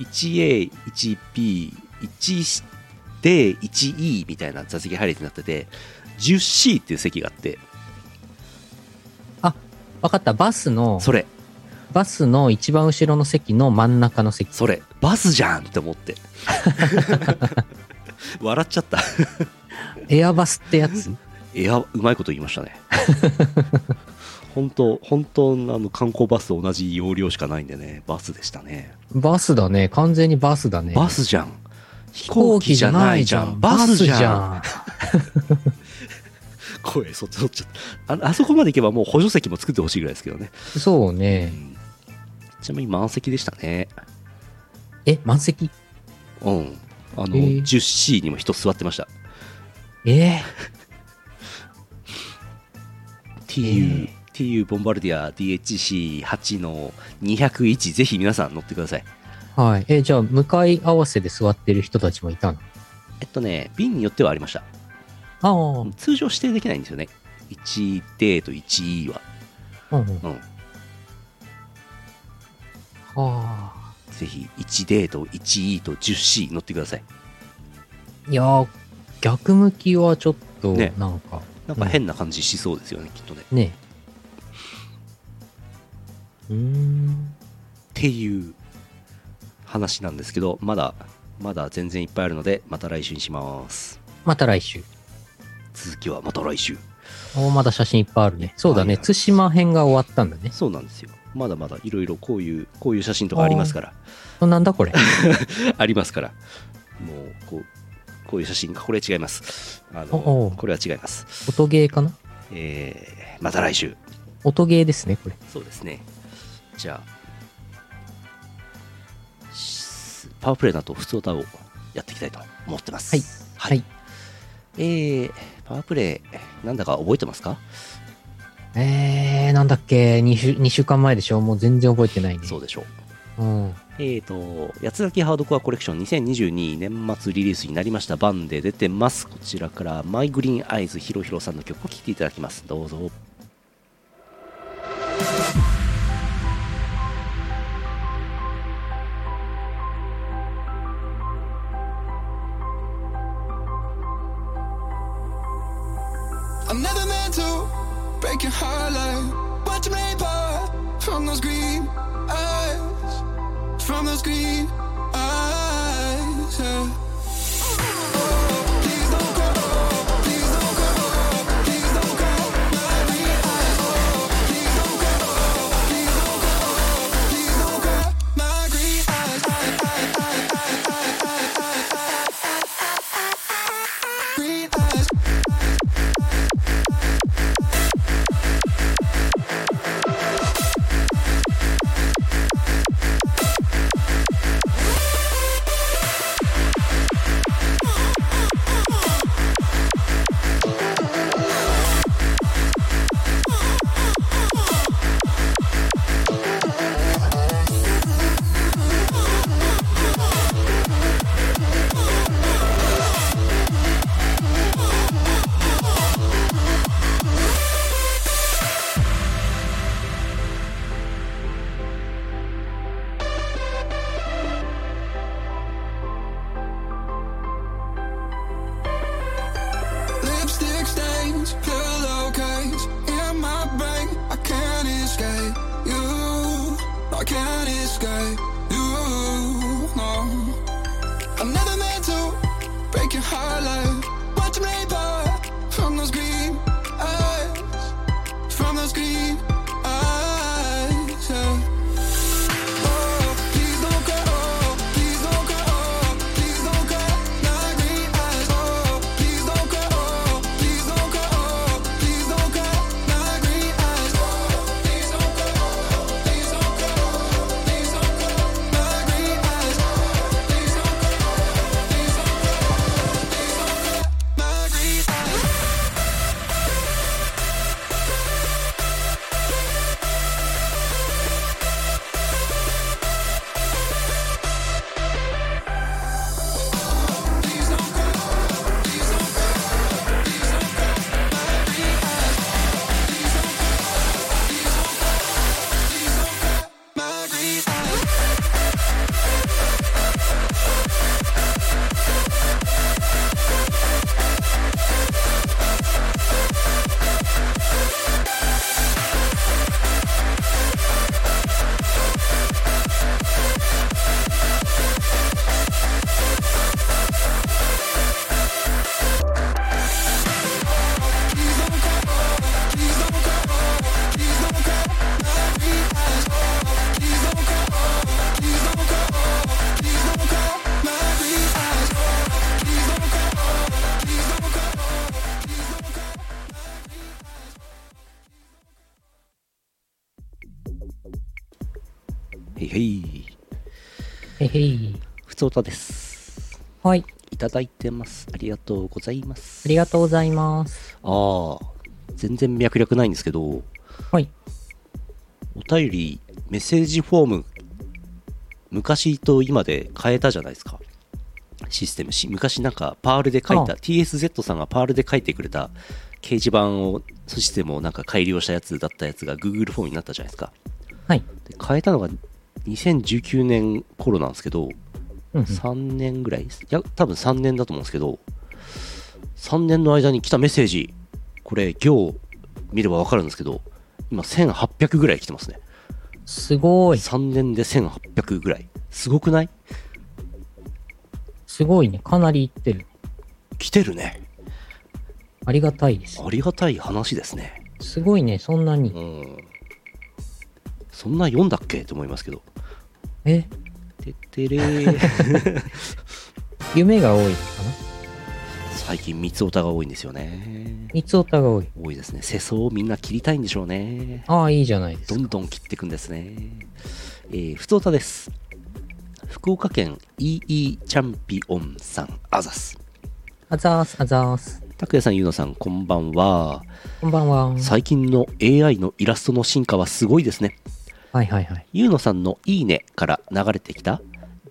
Speaker 2: 1A1B1D1E みたいな座席配列になってて 10C っていう席があって
Speaker 1: わかった。バスの、
Speaker 2: それ
Speaker 1: バスの一番後ろの席の真ん中の席。
Speaker 2: それバスじゃんって思って 笑っちゃった
Speaker 1: エアバスってやつ
Speaker 2: エアうまいこと言いましたね 本当本当のあの観光バスと同じ容量しかないんでねバスでしたね
Speaker 1: バスだね。完全にバスだね。
Speaker 2: バスじゃん飛行機じゃないじゃんバスじゃ
Speaker 1: ん。
Speaker 2: ん声そっちそっちああそこまで行けばもう補助席も作ってほしいぐらいですけどね、
Speaker 1: そう
Speaker 2: う
Speaker 1: ね。
Speaker 2: んちなみに満席でしたね
Speaker 1: え、満席
Speaker 2: うんあの、
Speaker 1: へえ
Speaker 2: 10C にも人座ってました
Speaker 1: ええ
Speaker 2: TU、TU ボンバルディア DHC8 の201ぜひ皆さん乗ってください
Speaker 1: はい。え、じゃあ、向かい合わせで座ってる人たちもいたの
Speaker 2: えっとね便によってはありました
Speaker 1: ああ、うん
Speaker 2: 通常指定できないんですよね 1D と 1E は、
Speaker 1: うん。
Speaker 2: うん、
Speaker 1: あ
Speaker 2: ぜひ 1D と 1E と 10C 乗ってください
Speaker 1: あ。いやー、逆向きはちょっと、
Speaker 2: ね
Speaker 1: なんか、
Speaker 2: なんか変な感じしそうですよね、きっとねっ
Speaker 1: ね。うーん。
Speaker 2: ていう話なんですけどまだまだ全然いっぱいあるのでまた来週にします
Speaker 1: また来週。
Speaker 2: 続きはまた来週
Speaker 1: おまだ写真いっぱいあるね。そうだ
Speaker 2: は
Speaker 1: ね。
Speaker 2: い
Speaker 1: 対馬編が終わったんだね。
Speaker 2: そうなんですよまだまだいろいろこういうこういう写真とかありますから
Speaker 1: なんだこれ。
Speaker 2: ありますからもうこうこういう写真これ違いますあ
Speaker 1: おお
Speaker 2: のこれは違います
Speaker 1: 音ゲーかな
Speaker 2: えーまた来週
Speaker 1: 音ゲーですね、これ。
Speaker 2: そうですね。じゃあ、しパワープレイだと普通歌をやっていきたいと思ってます。
Speaker 1: はい。は
Speaker 2: はい。
Speaker 1: い
Speaker 2: えー、パワープレイ、なんだか覚えてますか、
Speaker 1: えー、なんだっけ2週、二週間前でしょもう全然覚えてないね。
Speaker 2: そうでしょう。
Speaker 1: うん。
Speaker 2: えーと、八つ崎ハードコアコレクション2022年末リリースになりましたバンで出てます。こちらからマイグリーンアイズヒロヒロさんの曲を聴いていただきます。どうぞ。
Speaker 4: I'm never meant to break your heart like Watch me part from those green eyes From those green eyes yeah. Please don't go, please don't go, please don't go My green eyes Please don't go, please don't go, please don't go My green eyes eyes, eyes, eyes, eyes, eyes, eyes, eyes, eyes. Green eyes
Speaker 2: へいへい。
Speaker 1: へへい。
Speaker 2: ふつおたです。
Speaker 1: はい。
Speaker 2: いただいてます。ありがとうございます。
Speaker 1: ありがとうございます。
Speaker 2: ああ、全然脈略ないんですけど、お
Speaker 1: はい。
Speaker 2: 便り、メッセージフォーム、昔と今で変えたじゃないですか。システムし昔なんかパールで書いた
Speaker 1: あ
Speaker 2: TSZ さんがパールで書いてくれた掲示板をシステムをなんか改良したやつだったやつが Google フォームになったじゃないですか
Speaker 1: はい。
Speaker 2: で変えたのが2019年頃なんですけど、
Speaker 1: うんうん。
Speaker 2: 3年ぐらいいや多分3年だと思うんですけど3年の間に来たメッセージこれ行見れば分かるんですけど今1800ぐらい来てますね
Speaker 1: すごい。
Speaker 2: 3年で1800ぐらいすごくない
Speaker 1: すごいね。かなりいってる。
Speaker 2: 来てるね
Speaker 1: ありがたいです。
Speaker 2: ありがたい話ですね
Speaker 1: すごいね。そんな
Speaker 2: う
Speaker 1: に。
Speaker 2: んそんな読んだっけと思いますけど
Speaker 1: え、
Speaker 2: てってれー
Speaker 1: 夢が多いのか
Speaker 2: 最近三つおたが多いんですよね
Speaker 1: な三つおたが多い。
Speaker 2: 多いですね世相をみんな切りたいんでしょうね
Speaker 1: ああ、いいじゃないです
Speaker 2: ど
Speaker 1: か。
Speaker 2: んどん切っていくんですね。えー、ふつおたです。福岡県 EE チャンピオンさん、あざす。
Speaker 1: あざーす、あざーす。
Speaker 2: 拓也さん、ゆうのさん、こんばんは。
Speaker 1: こんばんは。
Speaker 2: 最近の AI のイラストの進化はすごいですね。
Speaker 1: はいはいはい。
Speaker 2: ゆうのさんのいいねから流れてきた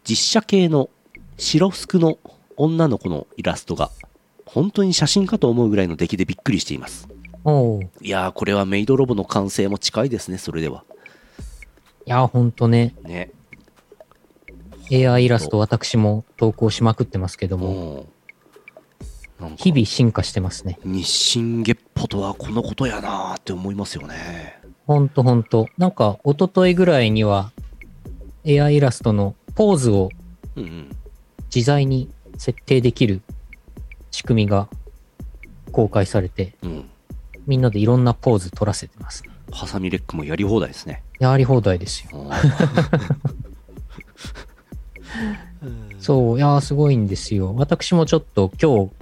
Speaker 2: 実写系の白服の女の子のイラストが本当に写真かと思うぐらいの出来でびっくりしています。
Speaker 1: おお。い
Speaker 2: いやー、これはメイドロボの完成も近いですね、それでは。
Speaker 1: やー、ほんとね。
Speaker 2: ね。
Speaker 1: AI イラスト私も投稿しまくってますけども、
Speaker 2: もう、なんか
Speaker 1: 日々進化してますね。
Speaker 2: 日進月歩とはこのことやなーって思いますよね。
Speaker 1: ほんとほんと。なんか、一昨日ぐらいには、AI イラストのポーズを
Speaker 2: うんうん。
Speaker 1: 自在に設定できる仕組みが公開されて、
Speaker 2: うん。
Speaker 1: みんなでいろんなポーズ取らせてます、ね。
Speaker 2: ハサミレックもやり放題ですね。
Speaker 1: やり放題ですよ。
Speaker 2: うん
Speaker 1: そう、いやーすごいんですよ。私もちょっと今日、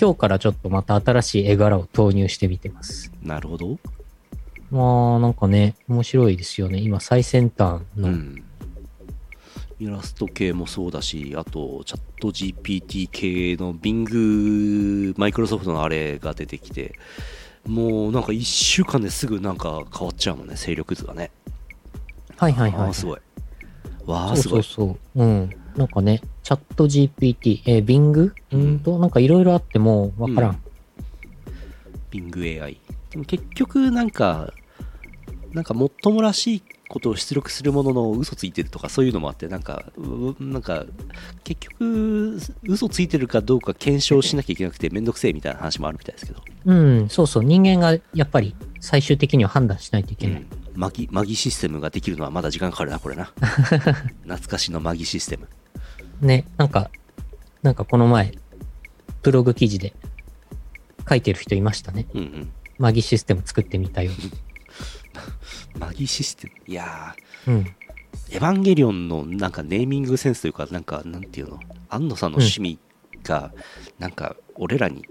Speaker 1: 今日からちょっとまた新しい絵柄を投入してみてます。
Speaker 2: なるほど。
Speaker 1: まあ、なんかね、面白いですよね。今、最先端
Speaker 2: う
Speaker 1: の、
Speaker 2: ん。イラスト系もそうだし、あと、チャット GPT 系の Bing、マイクロソフトのあれが出てきて、もうなんか1週間ですぐなんか変わっちゃうもんね、勢力図がね。
Speaker 1: はいはいはい、
Speaker 2: あーすごい。わあ、す
Speaker 1: そ
Speaker 2: ご
Speaker 1: う
Speaker 2: い。
Speaker 1: そうそう。うん。なんかね、チャット GPT、えー、Bing?
Speaker 2: う
Speaker 1: うんんと、なんかいろいろあってもわからん。
Speaker 2: ビング AI。でも結局なんか、なんかもっともらしいことを出力するものの嘘ついてるとかそういうのもあって、なんか、うなんか、結局、嘘ついてるかどうか検証しなきゃいけなくてめんどくせえみたいな話もあるみたいですけど、
Speaker 1: うん、そうそう。人間がやっぱり最終的には判断しないといけない。
Speaker 2: マギ、マギシステムができるのはまだ時間かかるな、これな。懐かしのマギシステム。
Speaker 1: ね、なんか、なんかこの前、ブログ記事で書いてる人いましたね。
Speaker 2: うんうん。
Speaker 1: マギシステム作ってみ たよ。
Speaker 2: マギシステム。いやー、
Speaker 1: うん。
Speaker 2: エヴァンゲリオンのなんかネーミングセンスというか、なんか、なんていうの、安野さんの趣味が、なんか、俺らに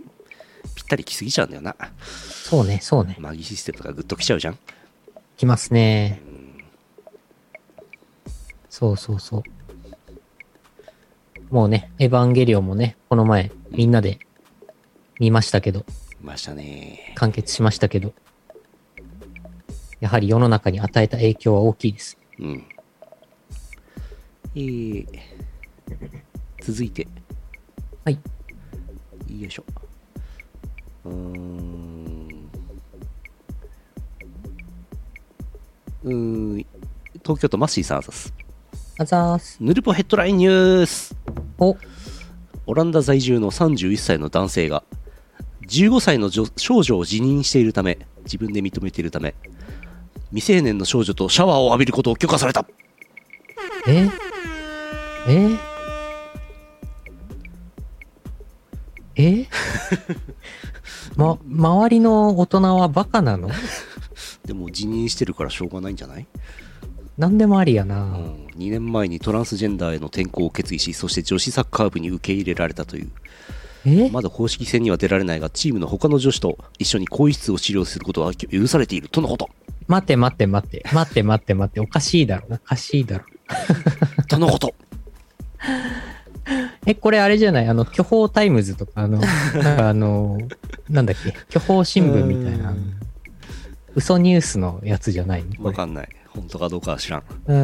Speaker 2: ぴったり来すぎちゃうんだよな。
Speaker 1: そうね、そうね。
Speaker 2: マギシステムとかグッと来ちゃうじゃん。
Speaker 1: きますね。そうそうそう。もうね、エヴァンゲリオンもね、この前、みんなで見ましたけど、
Speaker 2: ましたね。
Speaker 1: 完結しましたけど、やはり世の中に与えた影響は大きいです。
Speaker 2: うん。えー、続いて、
Speaker 1: はい。
Speaker 2: よいしょ。うーん。うーん東京都マッシーさんです。
Speaker 1: あざーす。
Speaker 2: ヌルポヘッドラインニュース
Speaker 1: お、
Speaker 2: オランダ在住の31歳の男性が15歳の女少女を辞任しているため自分で認めているため未成年の少女とシャワーを浴びることを許可された
Speaker 1: ええ えま、周りの大人はバカなの
Speaker 2: でも辞任してるからしょうがないんじゃない、
Speaker 1: 何でもありや
Speaker 2: う
Speaker 1: な。
Speaker 2: ん、2年前にトランスジェンダーへの転向を決議しそして女子サッカー部に受け入れられたという
Speaker 1: え
Speaker 2: まだ公式戦には出られないがチームの他の女子と一緒に更衣室を治療することは許されているとのこと
Speaker 1: 待て待て待て、待て待て待て、おかしいだろ、おかしいだろ。
Speaker 2: とのこと。
Speaker 1: え、これあれじゃないあの、巨峰タイムズとか、あ の、なんかあの、なんだっけ、巨峰新聞みたいな、嘘ニュースのやつじゃないのこ
Speaker 2: わ
Speaker 1: れ
Speaker 2: かんない。本当かどうかは知らん。
Speaker 1: うー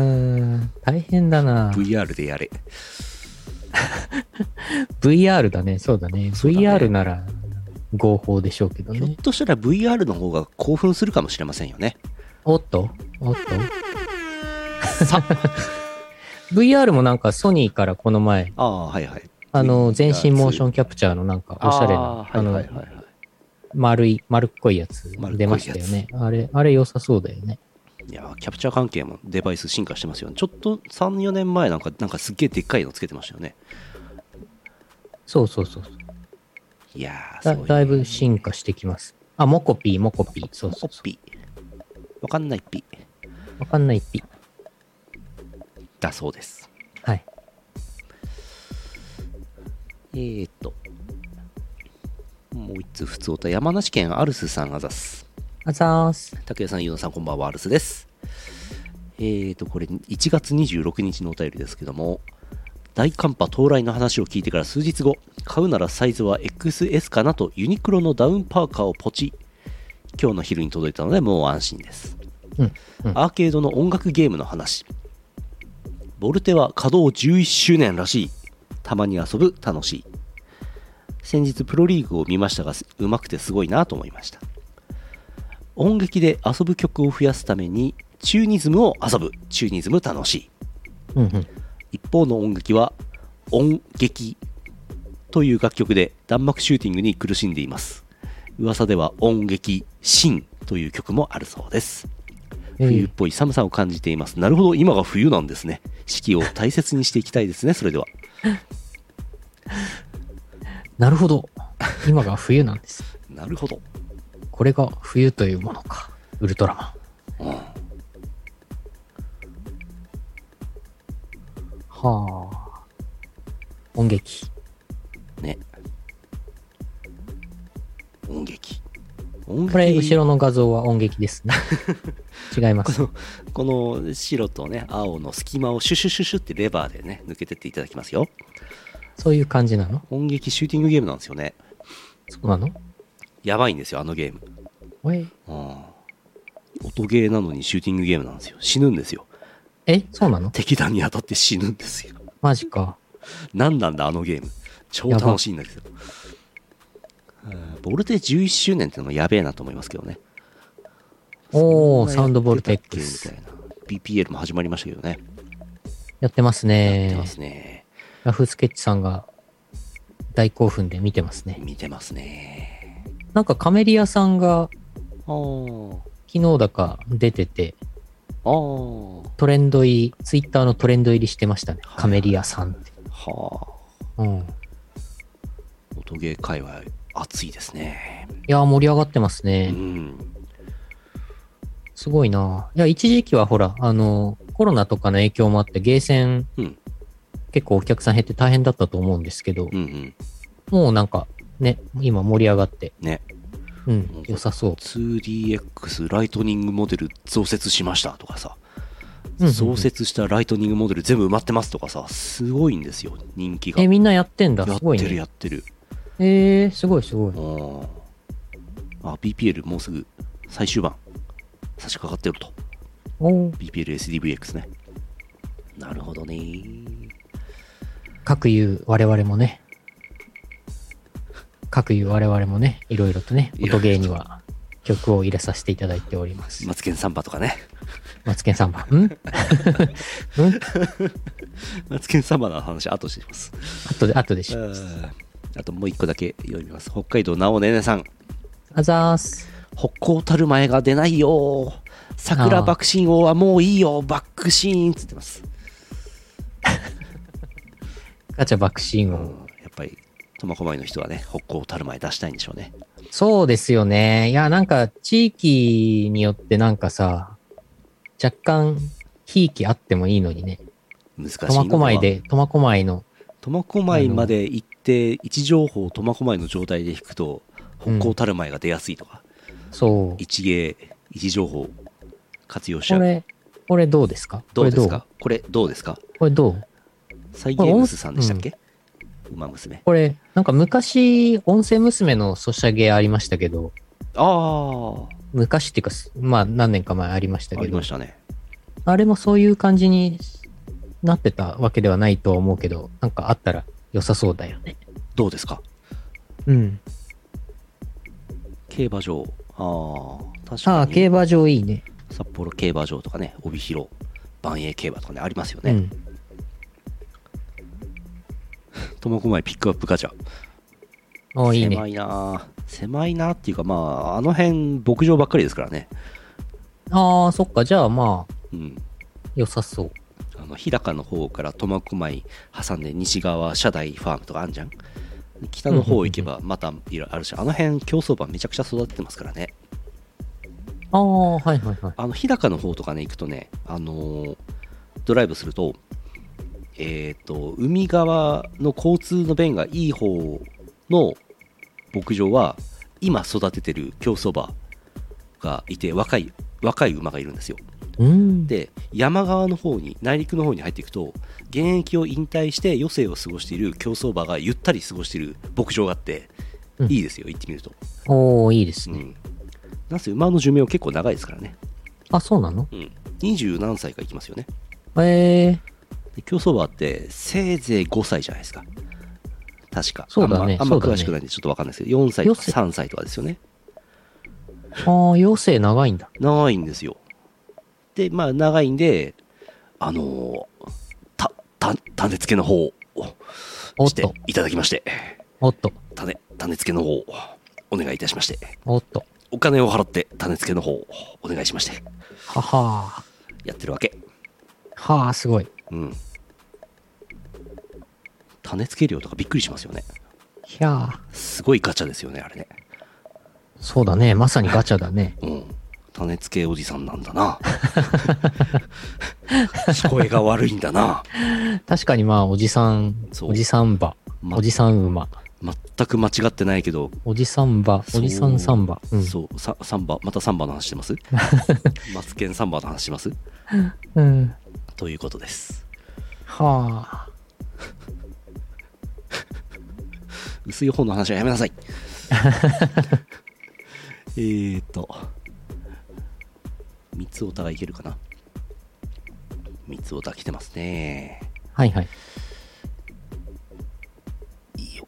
Speaker 1: ん、大変だな
Speaker 2: VR でやれ。
Speaker 1: VR だね、そうだね。
Speaker 2: うだね
Speaker 1: VR なら合法でしょうけど
Speaker 2: ひょっ
Speaker 1: ね。
Speaker 2: としたら VR の方が興奮するかもしれませんよね。
Speaker 1: おっとおっと さ VR もなんかソニーからこの前、
Speaker 2: ああ、はいはい。
Speaker 1: あの、全身モーショ
Speaker 2: ン、
Speaker 1: ンキャプチャーのなんかおしゃれな、あ
Speaker 2: あー
Speaker 1: の
Speaker 2: はいはい、はいは
Speaker 1: 丸い、丸っこいやつ
Speaker 2: 丸っこいやつ
Speaker 1: 出ましたよね。あれ、あれ良さそうだよね。
Speaker 2: い。いやー、キャプチャー関係もデバイス進化してますよね。ちょっと3、4年前なんか、なんかすっげえでっかいのつけてましたよね。
Speaker 1: そうそうそうそう
Speaker 2: いやー、
Speaker 1: だ。
Speaker 2: すごい。
Speaker 1: だいぶ進化してきます。あ、モコピー、モコピー。そうそ
Speaker 2: コ
Speaker 1: うそ
Speaker 2: ピー。わかんないピー。
Speaker 1: う。わかんないピー。
Speaker 2: だそうです。
Speaker 1: はい。
Speaker 2: えーと。もう一つ、普通おた。山梨県アルスさんあざっす。
Speaker 1: あざーす。
Speaker 2: 竹谷さん、ゆうなさん、こんばんは、アルスです。えーと、これ、1月26日のお便りですけども、大寒波到来の話を聞いてから数日後、買うならサイズは XS かなとユニクロのダウンパーカーをポチ。今日の昼に届いたので、もう安心です。
Speaker 1: うん。うん
Speaker 2: アーケードの音楽ゲームの話。ボルテは稼働11周年らしい。たまに遊ぶ、楽しい。先日プロリーグを見ましたが、うまくてすごいなと思いました。音劇で遊ぶ曲を増やすために、チューニズムを遊ぶ。チューニズム楽しい。
Speaker 1: うんうん。
Speaker 2: 一方の音劇は音劇という楽曲で弾幕シューティングに苦しんでいます噂では音劇シンという曲もあるそうです
Speaker 1: えー
Speaker 2: 冬っぽい寒さを感じていますなるほど今が冬なんですね四季を大切にしていきたいですねそれでは
Speaker 1: なるほど。今が冬なんです。
Speaker 2: なるほど
Speaker 1: これが冬というものか。ウルトラマン。はあ。音劇。
Speaker 2: ね音劇音劇
Speaker 1: これ、後ろの画像は音劇です ね。違います。
Speaker 2: この白とね青の隙間をシュシュシュシュってレバーでね抜けてっていただきますよ
Speaker 1: そういう感じなの
Speaker 2: 音劇シューティングゲームなんですよね
Speaker 1: そうなの
Speaker 2: やばいんですよあのゲーム
Speaker 1: おい
Speaker 2: うん音ゲーなのにシューティングゲームなんですよ。死ぬんですよ。
Speaker 1: え、そうなの
Speaker 2: 敵弾に当たって死ぬんですよ。
Speaker 1: マジか。
Speaker 2: 何なんだ、あのゲーム。超楽しいんだけど。うんボルテ11周年ってのもやべえなと思いますけどね。
Speaker 1: おー、
Speaker 2: そ
Speaker 1: サウン
Speaker 2: んな
Speaker 1: ドボ
Speaker 2: や
Speaker 1: ル
Speaker 2: ってた
Speaker 1: テッ
Speaker 2: っけ
Speaker 1: クス。
Speaker 2: みたいな。BPL も始まりましたけどね。
Speaker 1: やってます
Speaker 2: やって
Speaker 1: ね
Speaker 2: ま。すね。
Speaker 1: ラフスケッチさんが大興奮で見てますね。
Speaker 2: 見てますね。
Speaker 1: なんかカメリアさんが
Speaker 2: あー
Speaker 1: 昨日だか出てて、
Speaker 2: あー
Speaker 1: トレンド入り、ツイッターのトレンド入りしてましたね。
Speaker 2: はい
Speaker 1: カメリアさんって。
Speaker 2: はあ。
Speaker 1: うん。い
Speaker 2: 音ゲー界隈熱いですね。
Speaker 1: やー、盛り上がってます
Speaker 2: う
Speaker 1: ね。
Speaker 2: ん。
Speaker 1: すごいな。いや、一時期はほら、あの、コロナとかの影響もあって、ゲーセン、
Speaker 2: うん
Speaker 1: 結構お客さん減って大変だったと思うんですけど、
Speaker 2: うんうん。
Speaker 1: もうなんか、ね、今盛り上がって、
Speaker 2: ね。
Speaker 1: うん、良さそう。
Speaker 2: 2DX ライトニングモデル増設しましたとかさ、
Speaker 1: うんうんうん
Speaker 2: 増設したライトニングモデル全部埋まってますとかさすごいんですよ人気が
Speaker 1: え、みんなやってんだ。
Speaker 2: や
Speaker 1: す
Speaker 2: っ
Speaker 1: ごい
Speaker 2: てるや
Speaker 1: ね。
Speaker 2: ってる
Speaker 1: えー、すごいすごい。
Speaker 2: うんあ BPL もうすぐ最終盤差し掛かってると
Speaker 1: おー
Speaker 2: BPLSDVX ねなるほどね
Speaker 1: 各言う我々もね、各言う我々もね、いろいろとね、
Speaker 2: いろいろと
Speaker 1: 音ゲーには曲を入れさせていただいております。
Speaker 2: マツケンサンバとかね
Speaker 1: マツケンさん は、んん
Speaker 2: マツケンサンバの話後でします
Speaker 1: 後で、後でし
Speaker 2: う
Speaker 1: ょ。
Speaker 2: んあともう一個だけ読みます北海道なおねねさん
Speaker 1: あざーす。
Speaker 2: 北高たる前が出ないよ桜爆心王はもういいよバックシーンっつってます、
Speaker 1: ガチャ爆心
Speaker 2: うん
Speaker 1: 音。
Speaker 2: やっぱり苫小牧の人はね北高たる前出したいんでしょうね
Speaker 1: そうですよね。いや、なんか地域によってなんかさ、若干、ひいきあってもいいのにね。
Speaker 2: 難しい
Speaker 1: 苫小牧で、
Speaker 2: で
Speaker 1: 苫小牧の、
Speaker 2: 苫小牧まで行って位置情報を苫小牧の状態で引くと北高たる前が出やすいとか、
Speaker 1: そう。
Speaker 2: 一芸位置情報活用しち
Speaker 1: こ
Speaker 2: ゃう。
Speaker 1: れ、これどうですか
Speaker 2: どうですか
Speaker 1: こ
Speaker 2: これどうですか
Speaker 1: れどうこれどう
Speaker 2: サイゲームスさんでしたっけ馬娘。
Speaker 1: これ、なんか昔、音声娘のソシャゲありましたけど、
Speaker 2: あ
Speaker 1: 昔っていうか、すまあ何年か前ありました
Speaker 2: あ、あ
Speaker 1: け
Speaker 2: り
Speaker 1: ど
Speaker 2: ま、したね。
Speaker 1: あれもそういう感じになってたわけではないとは思うけど、なんかあったら良さそうだよね。
Speaker 2: どうですか
Speaker 1: うん。
Speaker 2: 競馬場。ああ、確
Speaker 1: あ
Speaker 2: か
Speaker 1: あ、競
Speaker 2: に。
Speaker 1: 馬場いいね。
Speaker 2: 札幌競馬場とかね、帯広、万栄競馬とかね、ありますよ
Speaker 1: う
Speaker 2: ね。
Speaker 1: ん。
Speaker 2: 苫小牧ピックアップガチャ。
Speaker 1: おーいいね
Speaker 2: 狭。いなあ狭いなっていうか、まあ、あの辺、牧場ばっかりですからね。
Speaker 1: ああ、そっか。じゃあまあ、
Speaker 2: うん。
Speaker 1: 良さそう。
Speaker 2: あの日高の方から苫小牧挟んで西側社大ファームとかあんじゃん北の方行けばまたいろいろあるしあの辺競走馬めちゃくちゃ育ててますからね
Speaker 1: ああ、はいはいはい。
Speaker 2: あの日高の方とかね行くとねあのードライブするとえっ、と海側の交通の便がいい方の牧場は今育ててる競走馬がいて若い若い馬がいるんですよ
Speaker 1: うん。
Speaker 2: で山側の方に内陸の方に入っていくと現役を引退して余生を過ごしている競走馬がゆったり過ごしている牧場があって、
Speaker 1: うん
Speaker 2: いいですよ行ってみると、
Speaker 1: おーいいです
Speaker 2: う
Speaker 1: ね。
Speaker 2: ん、なんせ馬の寿命結構長いですからね、
Speaker 1: あ、そうなの
Speaker 2: うん、20何歳か行きますよね
Speaker 1: ええー、
Speaker 2: で競走馬ってせいぜい5歳じゃないですか確か
Speaker 1: そうだね
Speaker 2: あん
Speaker 1: そ
Speaker 2: まあん
Speaker 1: うだね
Speaker 2: ま詳しくないんでちょっとわかんないですけど4歳とか
Speaker 1: 余生
Speaker 2: 3歳とかですよね
Speaker 1: ああ、妖精長いんだ。
Speaker 2: 長いんですよでまあ長いんであのーたた種付けの方を
Speaker 1: おっ
Speaker 2: して
Speaker 1: と、
Speaker 2: いただきまして、
Speaker 1: おっと、
Speaker 2: 種、種付けの方、お願いいたしまして、
Speaker 1: おっと。
Speaker 2: お金を払って種付けの方、お願いしまして、
Speaker 1: はは
Speaker 2: やってるわけ。
Speaker 1: ー。はあ、すごい。
Speaker 2: うん。種付け料とかびっくりしますよね。
Speaker 1: ひゃあ。
Speaker 2: すごいガチャですよね、あれね。
Speaker 1: そうだね。まさにガチャだ ね。
Speaker 2: うん。種付けおじさんなんだな。 聞こえが悪いんだな。
Speaker 1: 確かにまあ、おじさん、
Speaker 2: そう
Speaker 1: おじさん馬、
Speaker 2: ま
Speaker 1: おじさん馬、
Speaker 2: 全く間違ってないけど、
Speaker 1: おじさん馬、おじさんサンバ。うん。
Speaker 2: そう、さサンバ、またサンバの話し てますマツケンサンバの話してます
Speaker 1: うん。
Speaker 2: ということです。
Speaker 1: はあ。
Speaker 2: 薄い方の話はやめなさいえーと三つおたがいけるかな三つおた来てますね
Speaker 1: はいはい。
Speaker 2: いいよ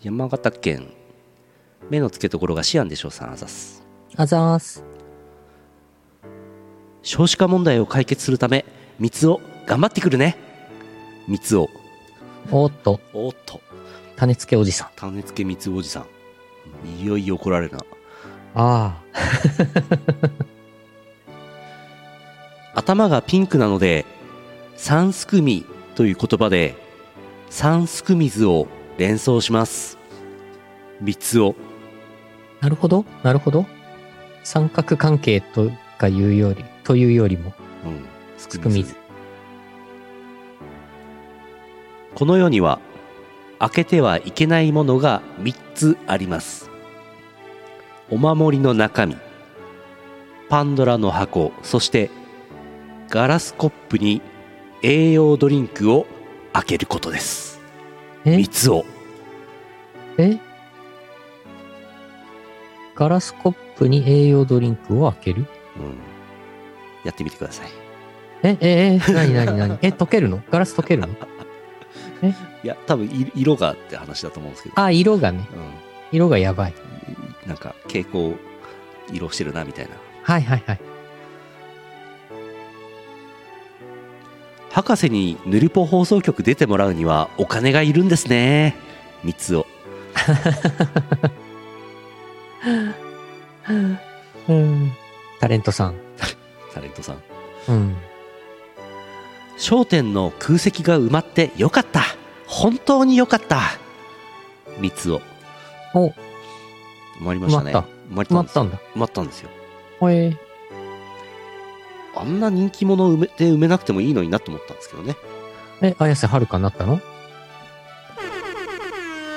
Speaker 2: 山形県目の付けどころがシアンでしょうさんあざす
Speaker 1: あざーす。
Speaker 2: 少子化問題を解決するため三つお頑張ってくるね三つお
Speaker 1: おっと、
Speaker 2: おっと
Speaker 1: 種付けおじさん。
Speaker 2: 種付け三つおじさんいよいよ怒られるな
Speaker 1: ああ。
Speaker 2: 頭がピンクなので三すくみという言葉で三すく水を連想します三つを
Speaker 1: なるほど、なるほど。三角関係とかいうより、というよりも、
Speaker 2: うんす
Speaker 1: つく水。
Speaker 2: この世には開けてはいけないものが3つありますお守りの中身パンドラの箱そしてガラスコップに栄養ドリンクを開けることです
Speaker 1: え
Speaker 2: 三つを
Speaker 1: えガラスコップに栄養ドリンクを開ける
Speaker 2: うん、やってみてください
Speaker 1: ええええなになになに え、溶けるのガラス溶けるの
Speaker 2: いや多分い色がって話だと思うんですけど、
Speaker 1: あ、色がね。
Speaker 2: う
Speaker 1: 色がやばい。
Speaker 2: ん、なんか蛍光色してるなみたいな
Speaker 1: はいはいはい。
Speaker 2: 博士にヌルポ放送局出てもらうにはお金がいるんですね三つを
Speaker 1: うん。タレントさん。
Speaker 2: タレントさん
Speaker 1: うん。
Speaker 2: 『商店の空席が埋まってよかった本当によかった三つを
Speaker 1: お、
Speaker 2: 埋まりましたね
Speaker 1: 埋まっ
Speaker 2: 埋まり
Speaker 1: 決ま
Speaker 2: た
Speaker 1: っ
Speaker 2: んです
Speaker 1: た
Speaker 2: よ
Speaker 1: んだ。
Speaker 2: 埋まったんですよ
Speaker 1: ほえー。
Speaker 2: あんな人気者を埋めて埋めなくてもいいのになと思ったんですけどね
Speaker 1: え、綾瀬はるかになったの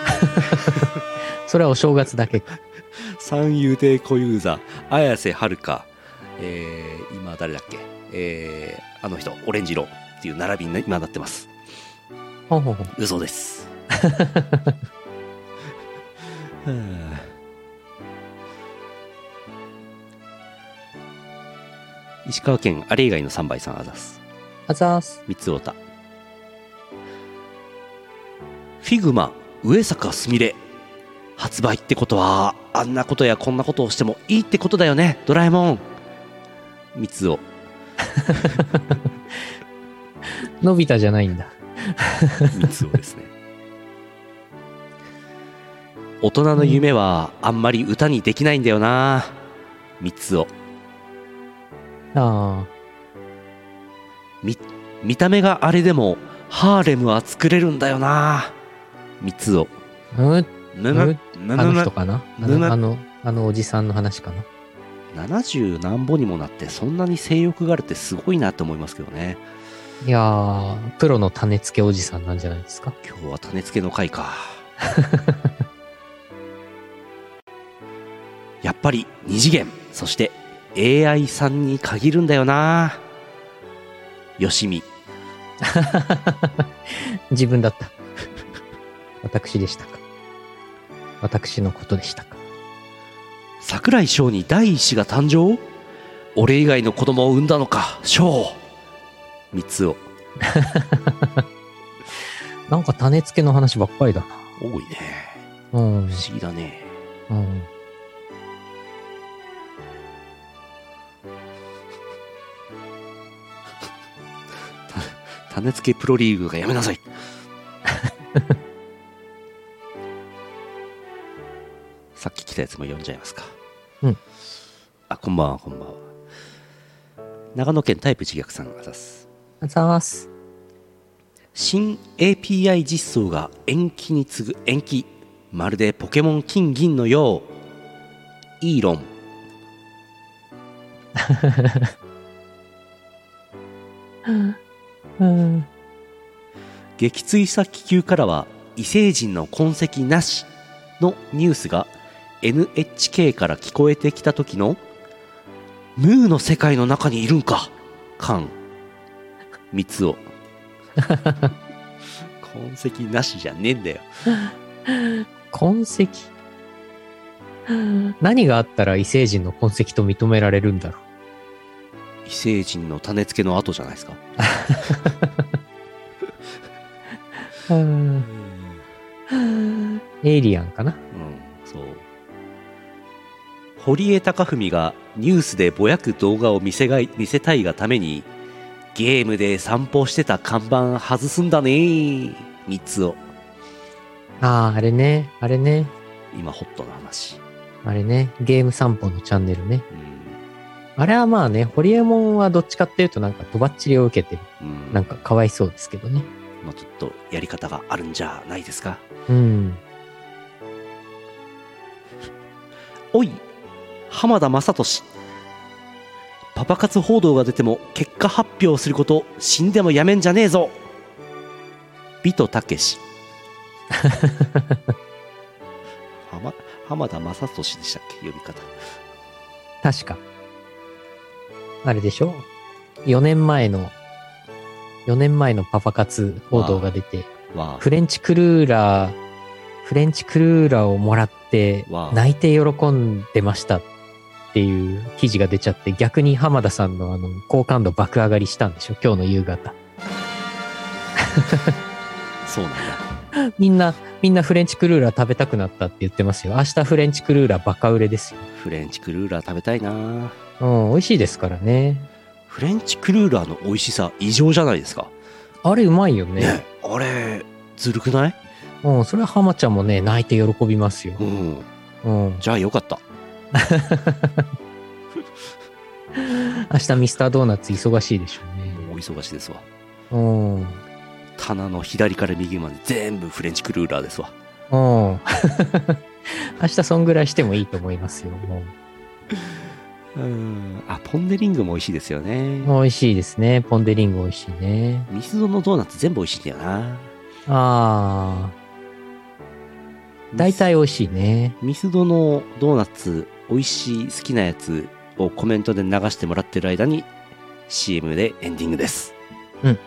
Speaker 1: それはお正月だけか。
Speaker 2: 三遊亭小遊三、綾瀬はるか、えー、今誰だっけ、えー、あの人、オレンジ色っていう並びに今なってます。
Speaker 1: ほんほんほん
Speaker 2: 嘘です。 はあ石川県あれ以外の3倍さんあざす。
Speaker 1: あざーす。
Speaker 2: 三つおた。フィグマ、上坂すみれ。発売ってことは、あんなことやこんなことをしてもいいってことだよね、ドラえもん。三つお。
Speaker 1: のび太じゃないんだ。
Speaker 2: 三つをですね 大人の夢はあんまり歌にできないんだよな三つを
Speaker 1: あ
Speaker 2: 見た目があれでもハーレムは作れるんだよな三つを
Speaker 1: あ。うん、
Speaker 2: む
Speaker 1: う
Speaker 2: む
Speaker 1: ん
Speaker 2: む
Speaker 1: あ
Speaker 2: む
Speaker 1: の
Speaker 2: む
Speaker 1: 人かなあ
Speaker 2: ぬぬ
Speaker 1: の、あの、あのおじさんの話かな。
Speaker 2: 70何ぼにもなってそんなに性欲があるってすごいなって思いますけどね
Speaker 1: いやー、プロの種付けおじさんなんじゃないですか。
Speaker 2: 今日は種付けの回か やっぱり二次元そして AI さんに限るんだよなよしみ
Speaker 1: 自分だった。 私でしたか。私のことでしたか。
Speaker 2: 桜井翔に第一子が誕生俺以外の子供を産んだのか翔三つを
Speaker 1: なんか種付けの話ばっかりだ
Speaker 2: 多いね
Speaker 1: な。うん
Speaker 2: 不。思議だね
Speaker 1: うん。
Speaker 2: 種付けプロリーグがやめ なさいさっき来たやつも読んじゃいますか
Speaker 1: うん
Speaker 2: あこんばんはこんばんは長野県タイプ自虐さんが指す
Speaker 1: あざーす。
Speaker 2: 新 API 実装が延期に次ぐ延期まるでポケモン金銀のようイーロン
Speaker 1: うん。
Speaker 2: 撃墜した気球からは異星人の痕跡なしのニュースが NHK から聞こえてきた時のムーの世界の中にいるんか感三 つを痕跡なしじゃねえんだよ
Speaker 1: 痕跡。何があったら異星人の痕跡と認められるんだろ
Speaker 2: 異星人の種付けの後じゃないですか
Speaker 1: う。うん。エイリアンかな
Speaker 2: うん、そう。堀江貴文がニュースでぼやく動画を見せがい見せたいがために、ゲームで散歩してた看板外すんだねー。三つを。
Speaker 1: ああ、あれね。あれね。
Speaker 2: 今、ホットな話。
Speaker 1: あれね。ゲーム散歩のチャンネルね。
Speaker 2: うん。
Speaker 1: あれはまあね、ホリエモンはどっちかっていうとなんかとばっちりを受けてる、
Speaker 2: うん、
Speaker 1: なんかかわいそうですけどね。
Speaker 2: まあ、ちょっとやり方があるんじゃないですか。
Speaker 1: うん。
Speaker 2: おい、浜田雅俊。パパ活報道が出ても結果発表すること死んでもやめんじゃねえぞ。ビトたけし。浜浜田雅俊でしたっけ呼び方。
Speaker 1: 確か。あれでしょ ?4 年前の、4年前のパパ活報道が出て、
Speaker 2: わ
Speaker 1: フレンチクルーラー、フレンチクルーラーをもらって
Speaker 2: わあ、
Speaker 1: 泣いて喜んでましたっていう記事が出ちゃって、逆に浜田さんのあの、好感度爆上がりしたんでしょ今日の夕方。
Speaker 2: あ、そうなんだ。
Speaker 1: みんな、みんなフレンチクルーラー食べたくなったって言ってますよ。明日フレンチクルーラーバカ売れですよ。
Speaker 2: フレンチクルーラー食べたいな
Speaker 1: うん、美味しいですからね。
Speaker 2: フレンチクルーラーの美味しさ異常じゃないですか。
Speaker 1: あれうまいよね。
Speaker 2: ねえあれ、ずるくない
Speaker 1: うん、それは浜ちゃんもね、泣いて喜びますよ。
Speaker 2: うん。
Speaker 1: うん。
Speaker 2: じゃあよかった。
Speaker 1: 明日ミスタードーナツ忙しいでしょ
Speaker 2: お忙しいですわ。
Speaker 1: うね。
Speaker 2: 棚の左から右まで全部フレンチクルーラーですわ。
Speaker 1: うん。うん。明日そんぐらいしてもいいと思いますよ。も
Speaker 2: うんあポン・デリングも美味しいですよね
Speaker 1: う美味しいですね。ポンデリング美味しいね。
Speaker 2: ミスドのドーナツ全部美味しいんだよな
Speaker 1: あ大体美味しいね。
Speaker 2: ミスドのドーナツ、美味しい、好きなやつをコメントで流してもらってる間に、CM でエンディングです。
Speaker 1: うん。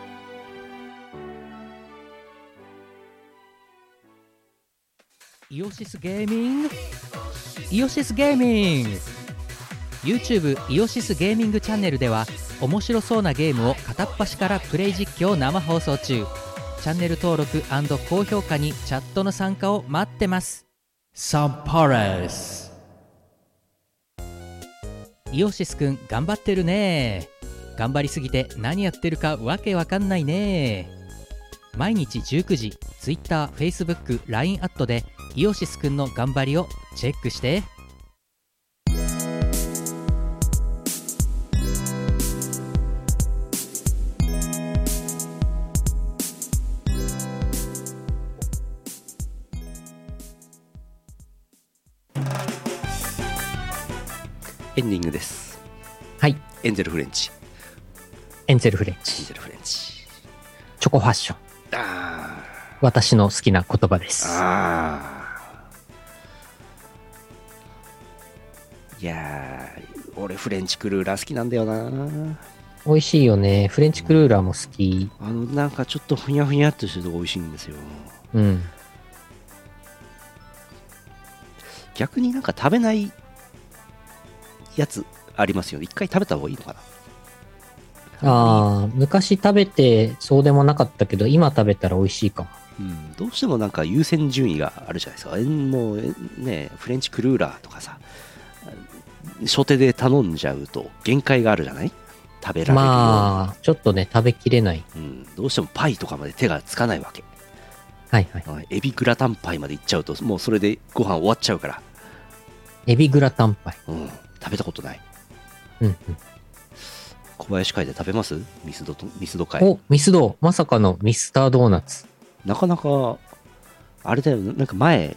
Speaker 1: イオシスゲーミングイオシスゲーミング YouTube イオシスゲーミングチャンネルでは面白そうなゲームを片っ端からプレイ実況生放送中チャンネル登録高評価にチャットの参加を待ってますサンパレスイオシスくん頑張ってるね頑張りすぎて何やってるかわけわかんないね毎日19時 TwitterFacebookLINE アットでイオシスくんの頑張りをチェックして
Speaker 2: エンディングです。
Speaker 1: はい
Speaker 2: エンゼルフレンチ。
Speaker 1: エンゼルフレン
Speaker 2: エン
Speaker 1: チ
Speaker 2: ゼルフレンチ。
Speaker 1: チョコファッション
Speaker 2: あー
Speaker 1: 私の好きな言葉です
Speaker 2: あー。いやー、俺フレンチクルーラー好きなんだよな
Speaker 1: 美味しいよねフレンチクルーラーも好き
Speaker 2: あの、なんかちょっとふにゃふにゃっとしてるとこ美味しいんですよ。
Speaker 1: うん
Speaker 2: 逆になんか食べないやつありますよね。一回食べた方がいいのかな。
Speaker 1: ああ昔食べてそうでもなかったけど今食べたら美味しいかも
Speaker 2: うん、どうしてもなんか優先順位があるじゃないですか。えもうえね、フレンチクルーラーとかさ、初手で頼んじゃうと限界があるじゃない食べられるような
Speaker 1: まあちょっとね食べきれない
Speaker 2: うん、どうしてもパイとかまで手がつかないわけ。
Speaker 1: はいはい
Speaker 2: うんエビグラタンパイまで行っちゃうと、もうそれでご飯終わっちゃうから、
Speaker 1: エビグラタンパイ
Speaker 2: うん、食べたことない。
Speaker 1: うん
Speaker 2: 小林会で食べますミスドと、ミスド
Speaker 1: うん、
Speaker 2: 会。
Speaker 1: おミスドまさかのミスタードーナツ
Speaker 2: なかなか、あれだよ、なんか前、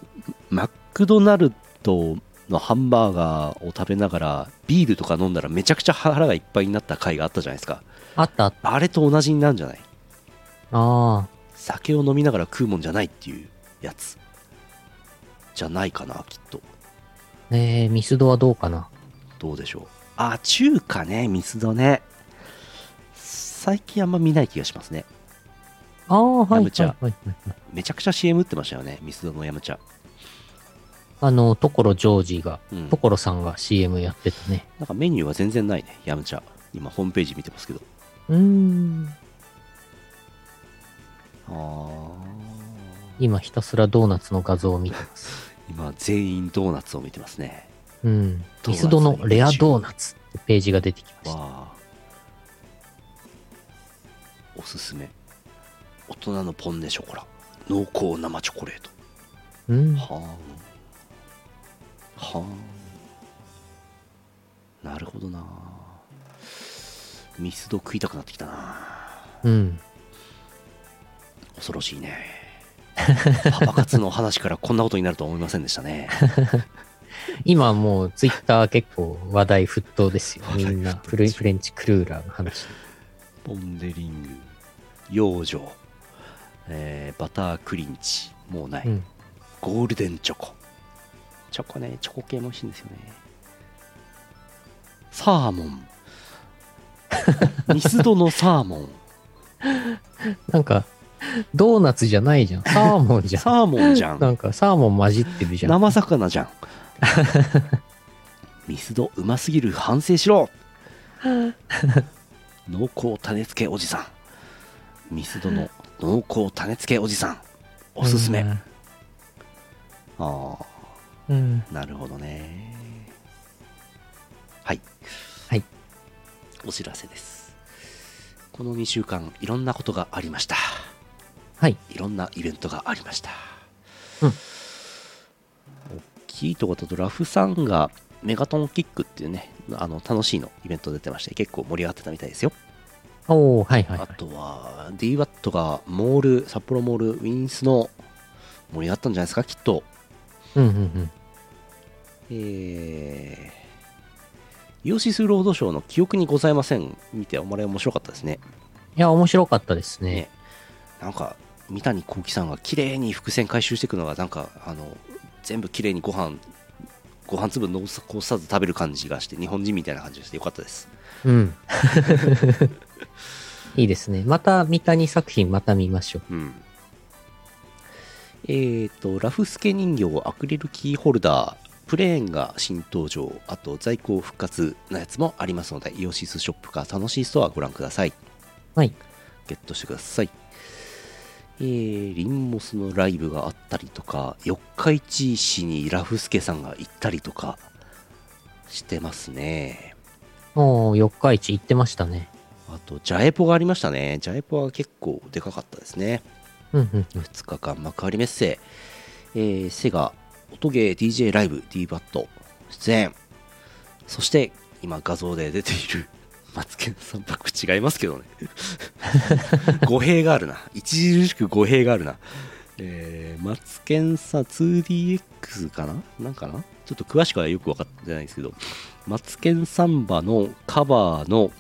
Speaker 2: マクドナルドのハンバーガーを食べながら、ビールとか飲んだらめちゃくちゃ腹がいっぱいになった回があったじゃないですか。
Speaker 1: あったあった
Speaker 2: あれと同じになるんじゃない
Speaker 1: あ
Speaker 2: 酒を飲みながら食うもんじゃないっていうやつ。じゃないかな、きっと。
Speaker 1: ーえー、ミスドはどうかな
Speaker 2: どうでしょう。あ、中華ね、ミスドね。最近あんま見ない気がしますね。
Speaker 1: ああはいはい
Speaker 2: ラム
Speaker 1: はい
Speaker 2: チャ
Speaker 1: はいはい
Speaker 2: めちゃくちゃ CM 打ってましたよね、ミスドのヤムチャ。
Speaker 1: あの所ジョージが
Speaker 2: うん。
Speaker 1: 所さんが CM やってたね
Speaker 2: なんかメニューは全然ないね、ヤムチャ。今、ホームページ見てますけど。
Speaker 1: うーん
Speaker 2: あ
Speaker 1: 今ひたすらドーナツの画像を見てます
Speaker 2: 今全員ドーナツを見てますね
Speaker 1: うん
Speaker 2: ドーナツ
Speaker 1: ミスドのレアドーナツってページが出てきました
Speaker 2: わあおすすめ大人のポンネショコラ濃厚生チョコレート
Speaker 1: うん
Speaker 2: はあはあなるほどなミスド食いたくなってきたな
Speaker 1: うん
Speaker 2: 恐ろしいねパパ活の話からこんなことになるとは思いませんでしたね
Speaker 1: 今もうツイッター結構話題沸騰ですよ。みんな
Speaker 2: 話題沸騰
Speaker 1: フルフレンチクルーラーの話。
Speaker 2: ポン・デリング、養生、えーバタークリンチ、もうない、
Speaker 1: うん。
Speaker 2: ゴールデンチョコ。チョコね、チョコ系も美味しいんですよね。サー モン。ミスドのサーモン。
Speaker 1: なんか、ドーナツじゃないじゃん。サーモンじゃん。
Speaker 2: サーモンじゃん。
Speaker 1: なんかサーモン混じってるじゃん。
Speaker 2: 生魚じゃん。 ミスド、うますぎる、反省し ろ濃厚種付けおじさん。ミスドの濃厚種付けおじさん。おすすめ。
Speaker 1: うん
Speaker 2: あ
Speaker 1: うん。
Speaker 2: あ、なるほどね。はい。
Speaker 1: はい。
Speaker 2: お知らせです。この2週間、いろんなことがありました。
Speaker 1: はい。
Speaker 2: いろんなイベントがありました。
Speaker 1: うん
Speaker 2: 大きいとこだと、ラフさんがメガトンキックっていうね、あの、楽しいのイベント出てまして、結構盛り上がってたみたいですよ。
Speaker 1: おー、はいはい、はい
Speaker 2: あ。とは、DWAT がモール、札幌モール、ウィンスの盛り上がったんじゃないですか、きっと。
Speaker 1: うんうんうん。
Speaker 2: えー、イオシスロードショーの記憶にございません見てあまり面白かったですね。
Speaker 1: いや、面白かったですね。
Speaker 2: なんか、三谷幸喜さんが綺麗に伏線回収していくのがなんかあの全部綺麗にご飯ご飯粒残さず食べる感じがして日本人みたいな感じがしてよかったです
Speaker 1: うん。 いいですね。また三谷作品また見ましょう。
Speaker 2: うんえー、とラフスケ人形アクリルキーホルダープレーンが新登場あと在庫復活のやつもありますのでイオシスショップか楽しいストアご覧ください
Speaker 1: はい。
Speaker 2: ゲットしてください。えー、リンモスのライブがあったりとか、四日市市にラフスケさんが行ったりとかしてますね。
Speaker 1: もう四日市行ってましたね。
Speaker 2: あと、ジャエポがありましたね。ジャエポは結構でかかったですね。
Speaker 1: うんうんうん。
Speaker 2: 2日間幕張メッセ、えーセガ、音ゲー DJ ライブ d バット出演。そして、今画像で出ている、 マツケンさんパック違いますけどね。 語弊があるな。著しく語弊があるな。えー、マツケンさん 2DX かななんかなちょっと詳しくはよく分かってないんですけど、マツケンサンバのカバーの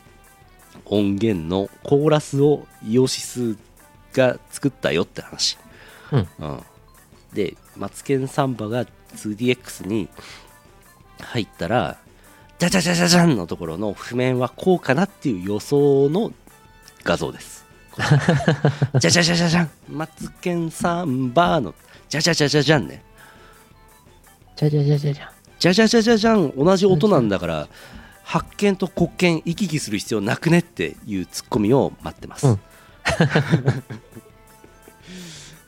Speaker 2: 音源のコーラスをイオシスが作ったよって話、
Speaker 1: うん
Speaker 2: でマツケンサンバが 2DX に入ったらジャジャジャジャジャンのところの譜面はこうかなっていう予想の画像 ですこれジャジャジャジャジャンマツケンサンバのジャジャジャジャジャンね
Speaker 1: じゃじゃじゃじゃじゃ。
Speaker 2: ジャジャジャジャジャン同じ音なんだから発見と黒見行き来する必要なくねっていうツッコミを待ってます、
Speaker 1: うん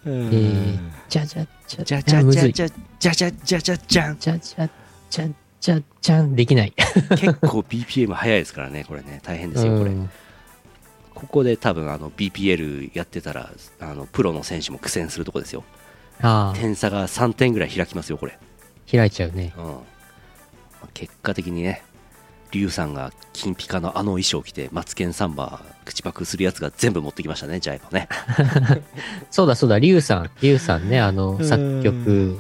Speaker 2: うーん
Speaker 1: えーじゃじゃじゃ
Speaker 2: じゃじゃ
Speaker 1: む
Speaker 2: じゃ
Speaker 1: ずい
Speaker 2: じゃじゃじゃじゃじゃじゃん
Speaker 1: じゃじゃじゃじゃじゃんできない。
Speaker 2: 結構 BPM 早いですからねこれね大変ですよこれ、
Speaker 1: うん
Speaker 2: ここで多分あの BPL やってたらあのプロの選手も苦戦するとこですよ
Speaker 1: ああ、
Speaker 2: 点差が3点ぐらい開きますよこれ、
Speaker 1: 開いちゃうね。
Speaker 2: うんまあ結果的にねリュウさんが金ピカのあの衣装着てマツケンサンバ口パクするやつが全部持ってきましたねジャイパ ね
Speaker 1: そうだそうだ、リュウさん、リュウさんね、あの
Speaker 2: う、ん
Speaker 1: 作曲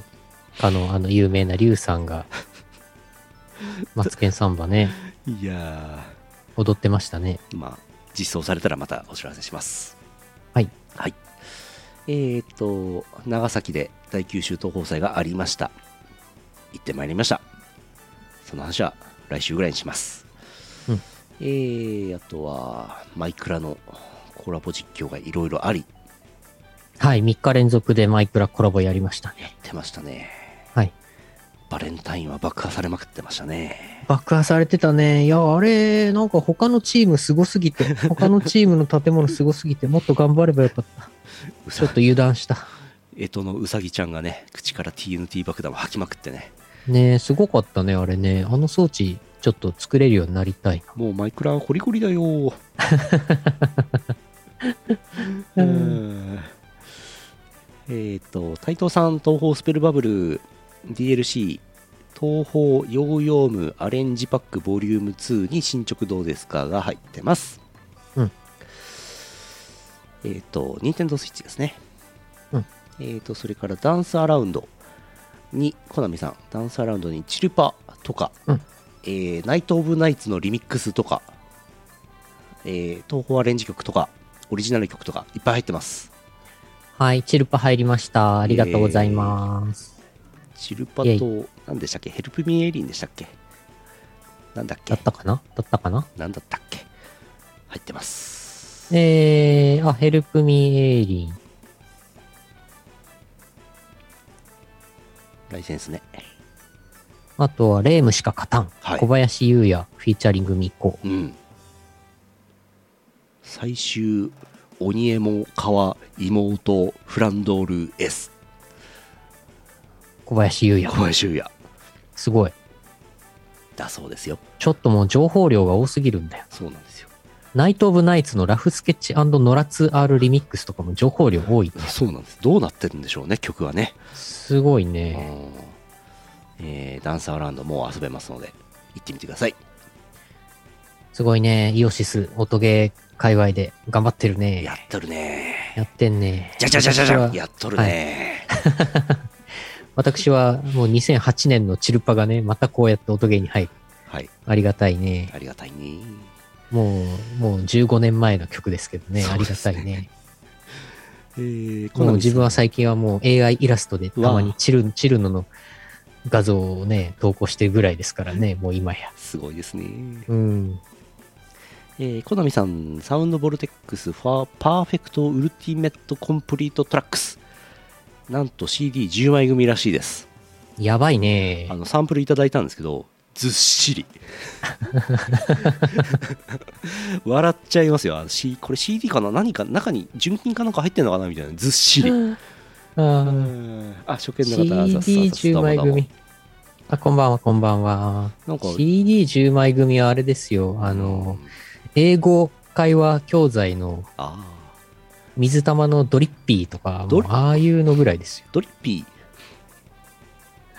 Speaker 1: 家のあの、有名なリュウさんが、 マツケンサンバね、
Speaker 2: いや
Speaker 1: 踊ってましたね。
Speaker 2: ーまあ実装されたらまたお知らせします
Speaker 1: はい
Speaker 2: はいえー、っと長崎で大九州東宝祭がありました行ってまいりましたその話は来週ぐらいにします、
Speaker 1: うん
Speaker 2: えー、あとはマイクラのコラボ実況がいろいろあり
Speaker 1: はい、3日連続でマイクラコラボやりました
Speaker 2: やっ
Speaker 1: ね。
Speaker 2: てましたね
Speaker 1: はい。
Speaker 2: バレンタインは爆破されまくってましたね
Speaker 1: 爆破されてたね。いや、あれ、なんか他のチームすごすぎて、 他のチームの建物すごすぎて、もっと頑張ればよかった。
Speaker 2: う
Speaker 1: ちょっ
Speaker 2: さ
Speaker 1: と油断した。
Speaker 2: えとのうさぎちゃんがね口から TNT 爆弾を吐きまくってね
Speaker 1: ねえ、すごかったね、あれね。あの装置、ちょっと作れるようになりたいな。
Speaker 2: もうマイクラはコリコリ だよ。うーんえっと、斎藤さん、東宝スペルバブル DLC、東宝ヨーヨームアレンジパックボリューム2に進捗どうですかが入ってます。
Speaker 1: うん。
Speaker 2: えっ、ー、と、任天堂スイッチですね。
Speaker 1: うん。
Speaker 2: えっ、と、それからダンスアラウンドに、コナミさん、ダンスアラウンドにチルパとか、えーナイト・オブ・ナイツのリミックスとか、えー東宝アレンジ曲とか、オリジナル曲とか、いっぱい入ってます。
Speaker 1: はい、チルパ入りました。ありがとうございます。
Speaker 2: シルパ
Speaker 1: イェイ
Speaker 2: と、何でしたっけヘルプミーエリンでしたっけなんだっけ
Speaker 1: だったかなだったかな
Speaker 2: なんだったっけ入ってます。
Speaker 1: えー、あ、ヘルプミーエイリン。
Speaker 2: ライセンスね。
Speaker 1: あとは、レームしか勝たん。
Speaker 2: はい
Speaker 1: 小林優也、フィーチャリングミコ。
Speaker 2: うん。最終、鬼エモ、川、妹、フランドール、S、
Speaker 1: 小林優
Speaker 2: 小
Speaker 1: 也。
Speaker 2: 林優也
Speaker 1: すごい。
Speaker 2: だそうですよ。
Speaker 1: ちょっともう情報量が多すぎるんだよ。
Speaker 2: そうなんですよ。
Speaker 1: ナイト・オブ・ナイツのラフスケッチノラ 2R リミックスとかも情報量多い。
Speaker 2: そうなんです。どうなってるんでしょうね、曲はね。
Speaker 1: すごいね。
Speaker 2: うんえーダンサーランドもう遊べますので行ってみてください
Speaker 1: すごいね。イオシス、音ゲー界隈で頑張ってる
Speaker 2: やっ
Speaker 1: ね。
Speaker 2: とるね
Speaker 1: やってんね。
Speaker 2: じゃじゃじゃじゃじゃ
Speaker 1: 私は
Speaker 2: やっとるね、
Speaker 1: 私はもう2008年のチルパがね、またこうやって音ゲーに入る。
Speaker 2: はい、
Speaker 1: ありがたいね。
Speaker 2: ありがたいね
Speaker 1: もう、もう15年前の曲ですけどね。
Speaker 2: そ
Speaker 1: あ
Speaker 2: う
Speaker 1: り
Speaker 2: ですね
Speaker 1: がたいね。
Speaker 2: えー、
Speaker 1: もう自分は最近はもう AI イラストでたま
Speaker 2: う
Speaker 1: に
Speaker 2: わ
Speaker 1: チルチルノの画像をね、投稿してるぐらいですからね、もう今や。
Speaker 2: すごいですね。
Speaker 1: うん。
Speaker 2: えー、コナミさん、サウンドボルテックス、ファーパーフェクトウルティメットコンプリートトラックス。なんと CD10 枚組らしいです。
Speaker 1: やばいね
Speaker 2: あ。の、サンプルいただいたんですけど、ずっしり。 笑っちゃいますよ。あの C、これ CD かな何か、中に純金かなんか入ってんのかなみたいな。ずっしり。
Speaker 1: あー
Speaker 2: あ、初見の方、あざっす
Speaker 1: CD10 枚。
Speaker 2: あざっすどうもどうも
Speaker 1: 組。あ、こんばんは、こんばんは。
Speaker 2: なんか
Speaker 1: CD10 枚組はあれですよ。あの、、英語会話教材の
Speaker 2: あ
Speaker 1: 水玉のドリッピーとか、も
Speaker 2: ド
Speaker 1: う
Speaker 2: リ
Speaker 1: ああいうのぐらいですよ
Speaker 2: ー。ドリッピ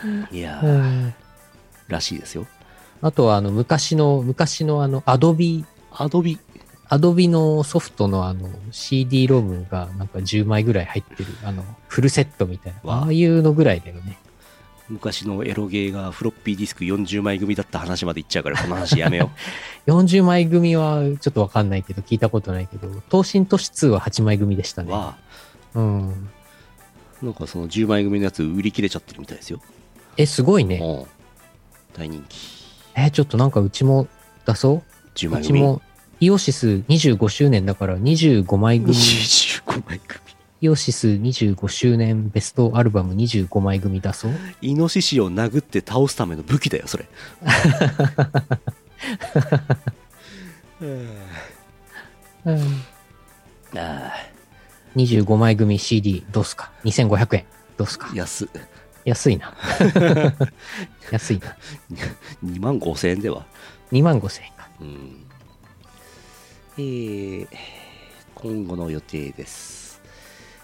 Speaker 2: ー。いや
Speaker 1: う
Speaker 2: ー、
Speaker 1: ん
Speaker 2: らしいですよ。
Speaker 1: あとは、あの、昔の、昔のあの、アドビ、
Speaker 2: アドビ。
Speaker 1: アドビのソフトのあの、CD ロムがなんか10枚ぐらい入ってる、あの、フルセットみたいな。
Speaker 2: わあ
Speaker 1: ああいうのぐらいだよね。
Speaker 2: 昔のエロゲーがフロッピーディスク40枚組だった話までいっちゃうから、この話やめよ
Speaker 1: 40枚組はちょっとわかんないけど、聞いたことないけど、東進都市2は8枚組でした
Speaker 2: う。
Speaker 1: ね。
Speaker 2: は、
Speaker 1: うん。
Speaker 2: なんかその10枚組のやつ売り切れちゃってるみたいですよ。
Speaker 1: え、すごいね。
Speaker 2: うん。大人気。
Speaker 1: え、ちょっとなんかうちも出そ
Speaker 2: 10
Speaker 1: うう
Speaker 2: 枚
Speaker 1: ち
Speaker 2: 組。
Speaker 1: も、イオシス25周年だから25枚組。
Speaker 2: 25枚組。
Speaker 1: イオシス25周年ベストアルバム25枚組だそう。
Speaker 2: イノシシを殴って倒すための武器だよ、それ。あ
Speaker 1: 25枚組 CD どうすか ?2500 円どうすか
Speaker 2: あ、安っ。
Speaker 1: 安 いな。安いな。
Speaker 2: 2万5千円では。
Speaker 1: 2万5千円か。
Speaker 2: うん。えー今後の予定です。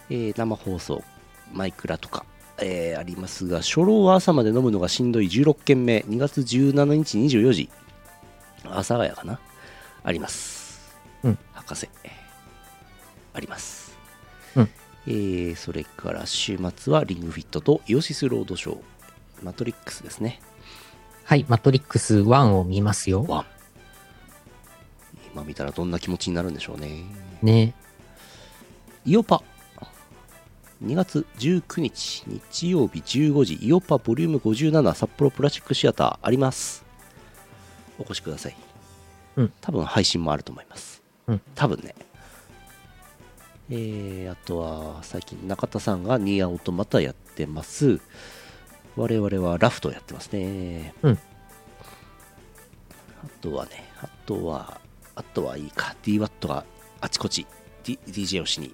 Speaker 2: えー生放送、マイクラとか、えーありますが、初老は朝まで飲むのがしんどい16件目、2月17日24時、阿佐ヶ谷かなあります。
Speaker 1: うん
Speaker 2: 博士、あります。
Speaker 1: うん
Speaker 2: えーそれから週末はリングフィットとイオシスロードショー、マトリックスですね。
Speaker 1: はい、マトリックス1を見ますよ。
Speaker 2: ワン今見たらどんな気持ちになるんでしょうね
Speaker 1: ね。
Speaker 2: イオパ2月19日日曜日15時イオパボリューム57札幌プラスチックシアターありますお越しください、
Speaker 1: うん
Speaker 2: 多分配信もあると思います、
Speaker 1: うん
Speaker 2: 多分ねえー、あとは最近中田さんがニアオートマタやってます我々はラフトやってますね
Speaker 1: うん
Speaker 2: あとはねあとはあとはいいか DWAT があちこち、D、DJ をしに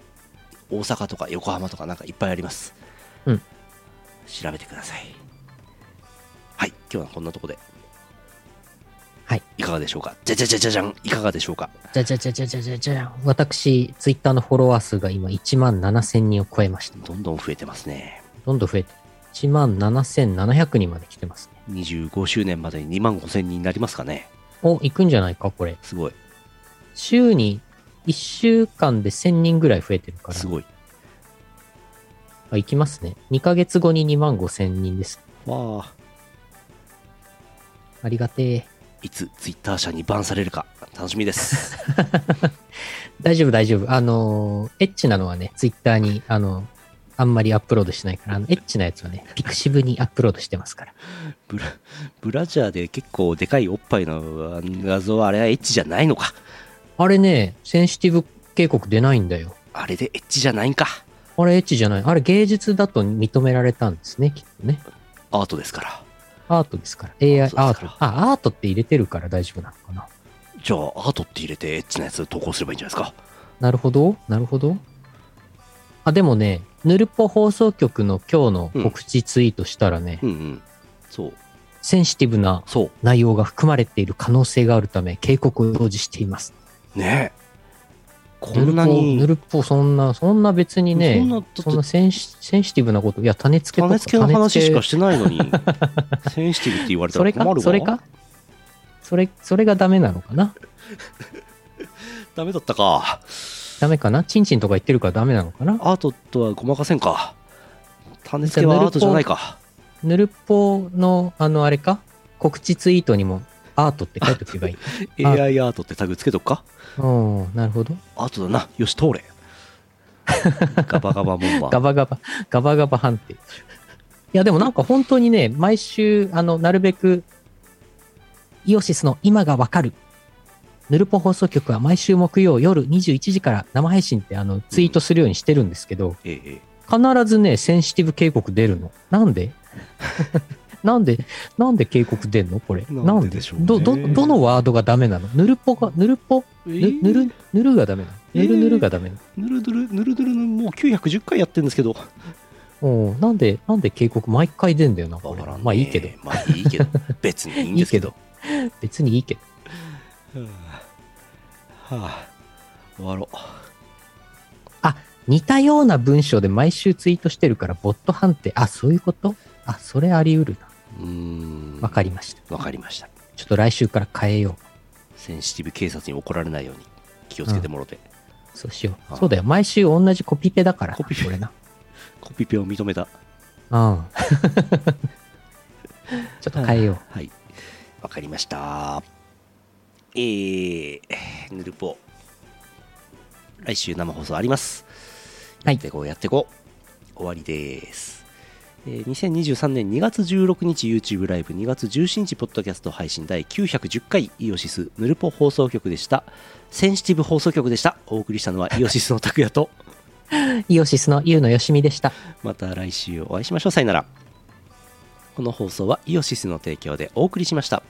Speaker 2: 大阪とか横浜とかなんかいっぱいあります
Speaker 1: うん
Speaker 2: 調べてくださいはい今日はこんなとこで
Speaker 1: はい
Speaker 2: いかがでしょうかじゃじゃじゃじゃじゃんいかがでしょうか
Speaker 1: じゃじゃじゃじゃじゃじゃじゃ私、ツイッターのフォロワー数が今1万7000人を超えました。
Speaker 2: どんどん増えてますね
Speaker 1: どんどん増えて、1万7700人まで来てますね。
Speaker 2: 25周年までに2万5000人になりますかね
Speaker 1: お、行くんじゃないか、これ。
Speaker 2: すごい
Speaker 1: 週に1週間で1000人ぐらい増えてるから
Speaker 2: す。ごい
Speaker 1: あ、行きますね。2ヶ月後に2万5000人です。
Speaker 2: わあ
Speaker 1: ありがてえ。
Speaker 2: いつツイッター社にバンされるか楽しみです
Speaker 1: 大丈夫、大丈夫。あのー、エッチなのはね、ツイッターに、あの、あんまりアップロードしないから、あの、エッチなやつはね、ピクシブにアップロードしてますから。
Speaker 2: ブラブラジャーで結構でかいおっぱいのあの画像はあれはエッチじゃないのか
Speaker 1: あれね、センシティブ警告出ないんだよ。
Speaker 2: あれでエッチじゃないんか
Speaker 1: あれエッチじゃない。あれ芸術だと認められたんですね、きっとね。
Speaker 2: アートですから
Speaker 1: アートですから。AI ア
Speaker 2: あそう
Speaker 1: ー
Speaker 2: です
Speaker 1: ト
Speaker 2: か。
Speaker 1: あ、アートって入れてるから大丈夫なのかな。
Speaker 2: じゃあ、アートって入れてエッチなやつ投稿すればいいんじゃないですか。
Speaker 1: なるほど、なるほど。あ、でもね、ヌルポ放送局の今日の告知ツイートしたらね、
Speaker 2: うんうん。そう。
Speaker 1: センシティブな
Speaker 2: そ
Speaker 1: 内容が含まれている可能性があるため警告を表示しています。
Speaker 2: う。ねえ。こんなに。
Speaker 1: ぬるっぽ、そんな、そんな別にね、
Speaker 2: そ
Speaker 1: そ
Speaker 2: ん
Speaker 1: ん
Speaker 2: な
Speaker 1: な
Speaker 2: だって
Speaker 1: センシセンシティブなこと、いや、種付けとか
Speaker 2: 種付けの話しか
Speaker 1: し
Speaker 2: してないの に、センシティブって言われた
Speaker 1: そ
Speaker 2: ら
Speaker 1: れ
Speaker 2: 困
Speaker 1: か
Speaker 2: るわ。
Speaker 1: それかそれ、それがダメなのかな
Speaker 2: ダメだったか。
Speaker 1: ダメかなチンチンとか言ってるからダメなのかな
Speaker 2: アートとはごまかせんか。種付けはアートじゃないか。
Speaker 1: ぬるっぽの、あの、あれか告知ツイートにも、アートって書いとけばいい。ルポ
Speaker 2: AI アートってタグつけとくか
Speaker 1: うん、なるほど。
Speaker 2: アートだな。よし、通れ。ガバガバボン
Speaker 1: ガ
Speaker 2: バー。
Speaker 1: バガバ、ガバガバ判定。いや、でもなんか本当にね、毎週、あの、なるべく、イオシスの今がわかる。ヌルポ放送局は毎週木曜夜21時から生配信ってあのツイートするようにしてるんですけど、
Speaker 2: ええええ
Speaker 1: 必ずね、センシティブ警告出るの。なんで なんで、なんで警告出んのこれ。
Speaker 2: なんで
Speaker 1: なんで
Speaker 2: でしょうね
Speaker 1: ど、ど、どのワードがダメなのぬるぽが、ぬるぽ、ぬぬる、ぬるがダメなのぬるぬるがダメなの
Speaker 2: ぬるぬる、ぬるぬるのもう910回やってるんですけど。
Speaker 1: おうなんで、なんで警告毎回出んだよな、これ。まあいいけど。。
Speaker 2: まあいいけど。 別にいいんですけど。
Speaker 1: 別にいいけど。
Speaker 2: はあ、はあ、終わろ
Speaker 1: 似たような文章で毎週ツイートしてるから、ボット判定。あ、そういうことあ、それあり得るな。
Speaker 2: う。うーん。
Speaker 1: わかりました。
Speaker 2: わかりました。
Speaker 1: ちょっと来週から変えよう。
Speaker 2: センシティブ警察に怒られないように気をつけてもろて、
Speaker 1: そうしよ
Speaker 2: あ
Speaker 1: う。そうだよ。毎週同じコピペだからな。
Speaker 2: コピペ
Speaker 1: これな。
Speaker 2: コピペを認めた。
Speaker 1: うん。ちょっと変えよう。
Speaker 2: はい。わかりました。えー、ぬるぽ。来週生放送あります。
Speaker 1: はい
Speaker 2: やってこう、やってこう。終わりです。えー2023年2月16日 YouTube ライブ2月17日ポッドキャスト配信第910回イオシスヌルポ放送局でしたセンシティブ放送局でしたお送りしたのはイオ シスの拓也と
Speaker 1: イオシスのゆうのよしみでした。
Speaker 2: また来週お会いしましょうさよならこの放送はイオシスの提供でお送りしました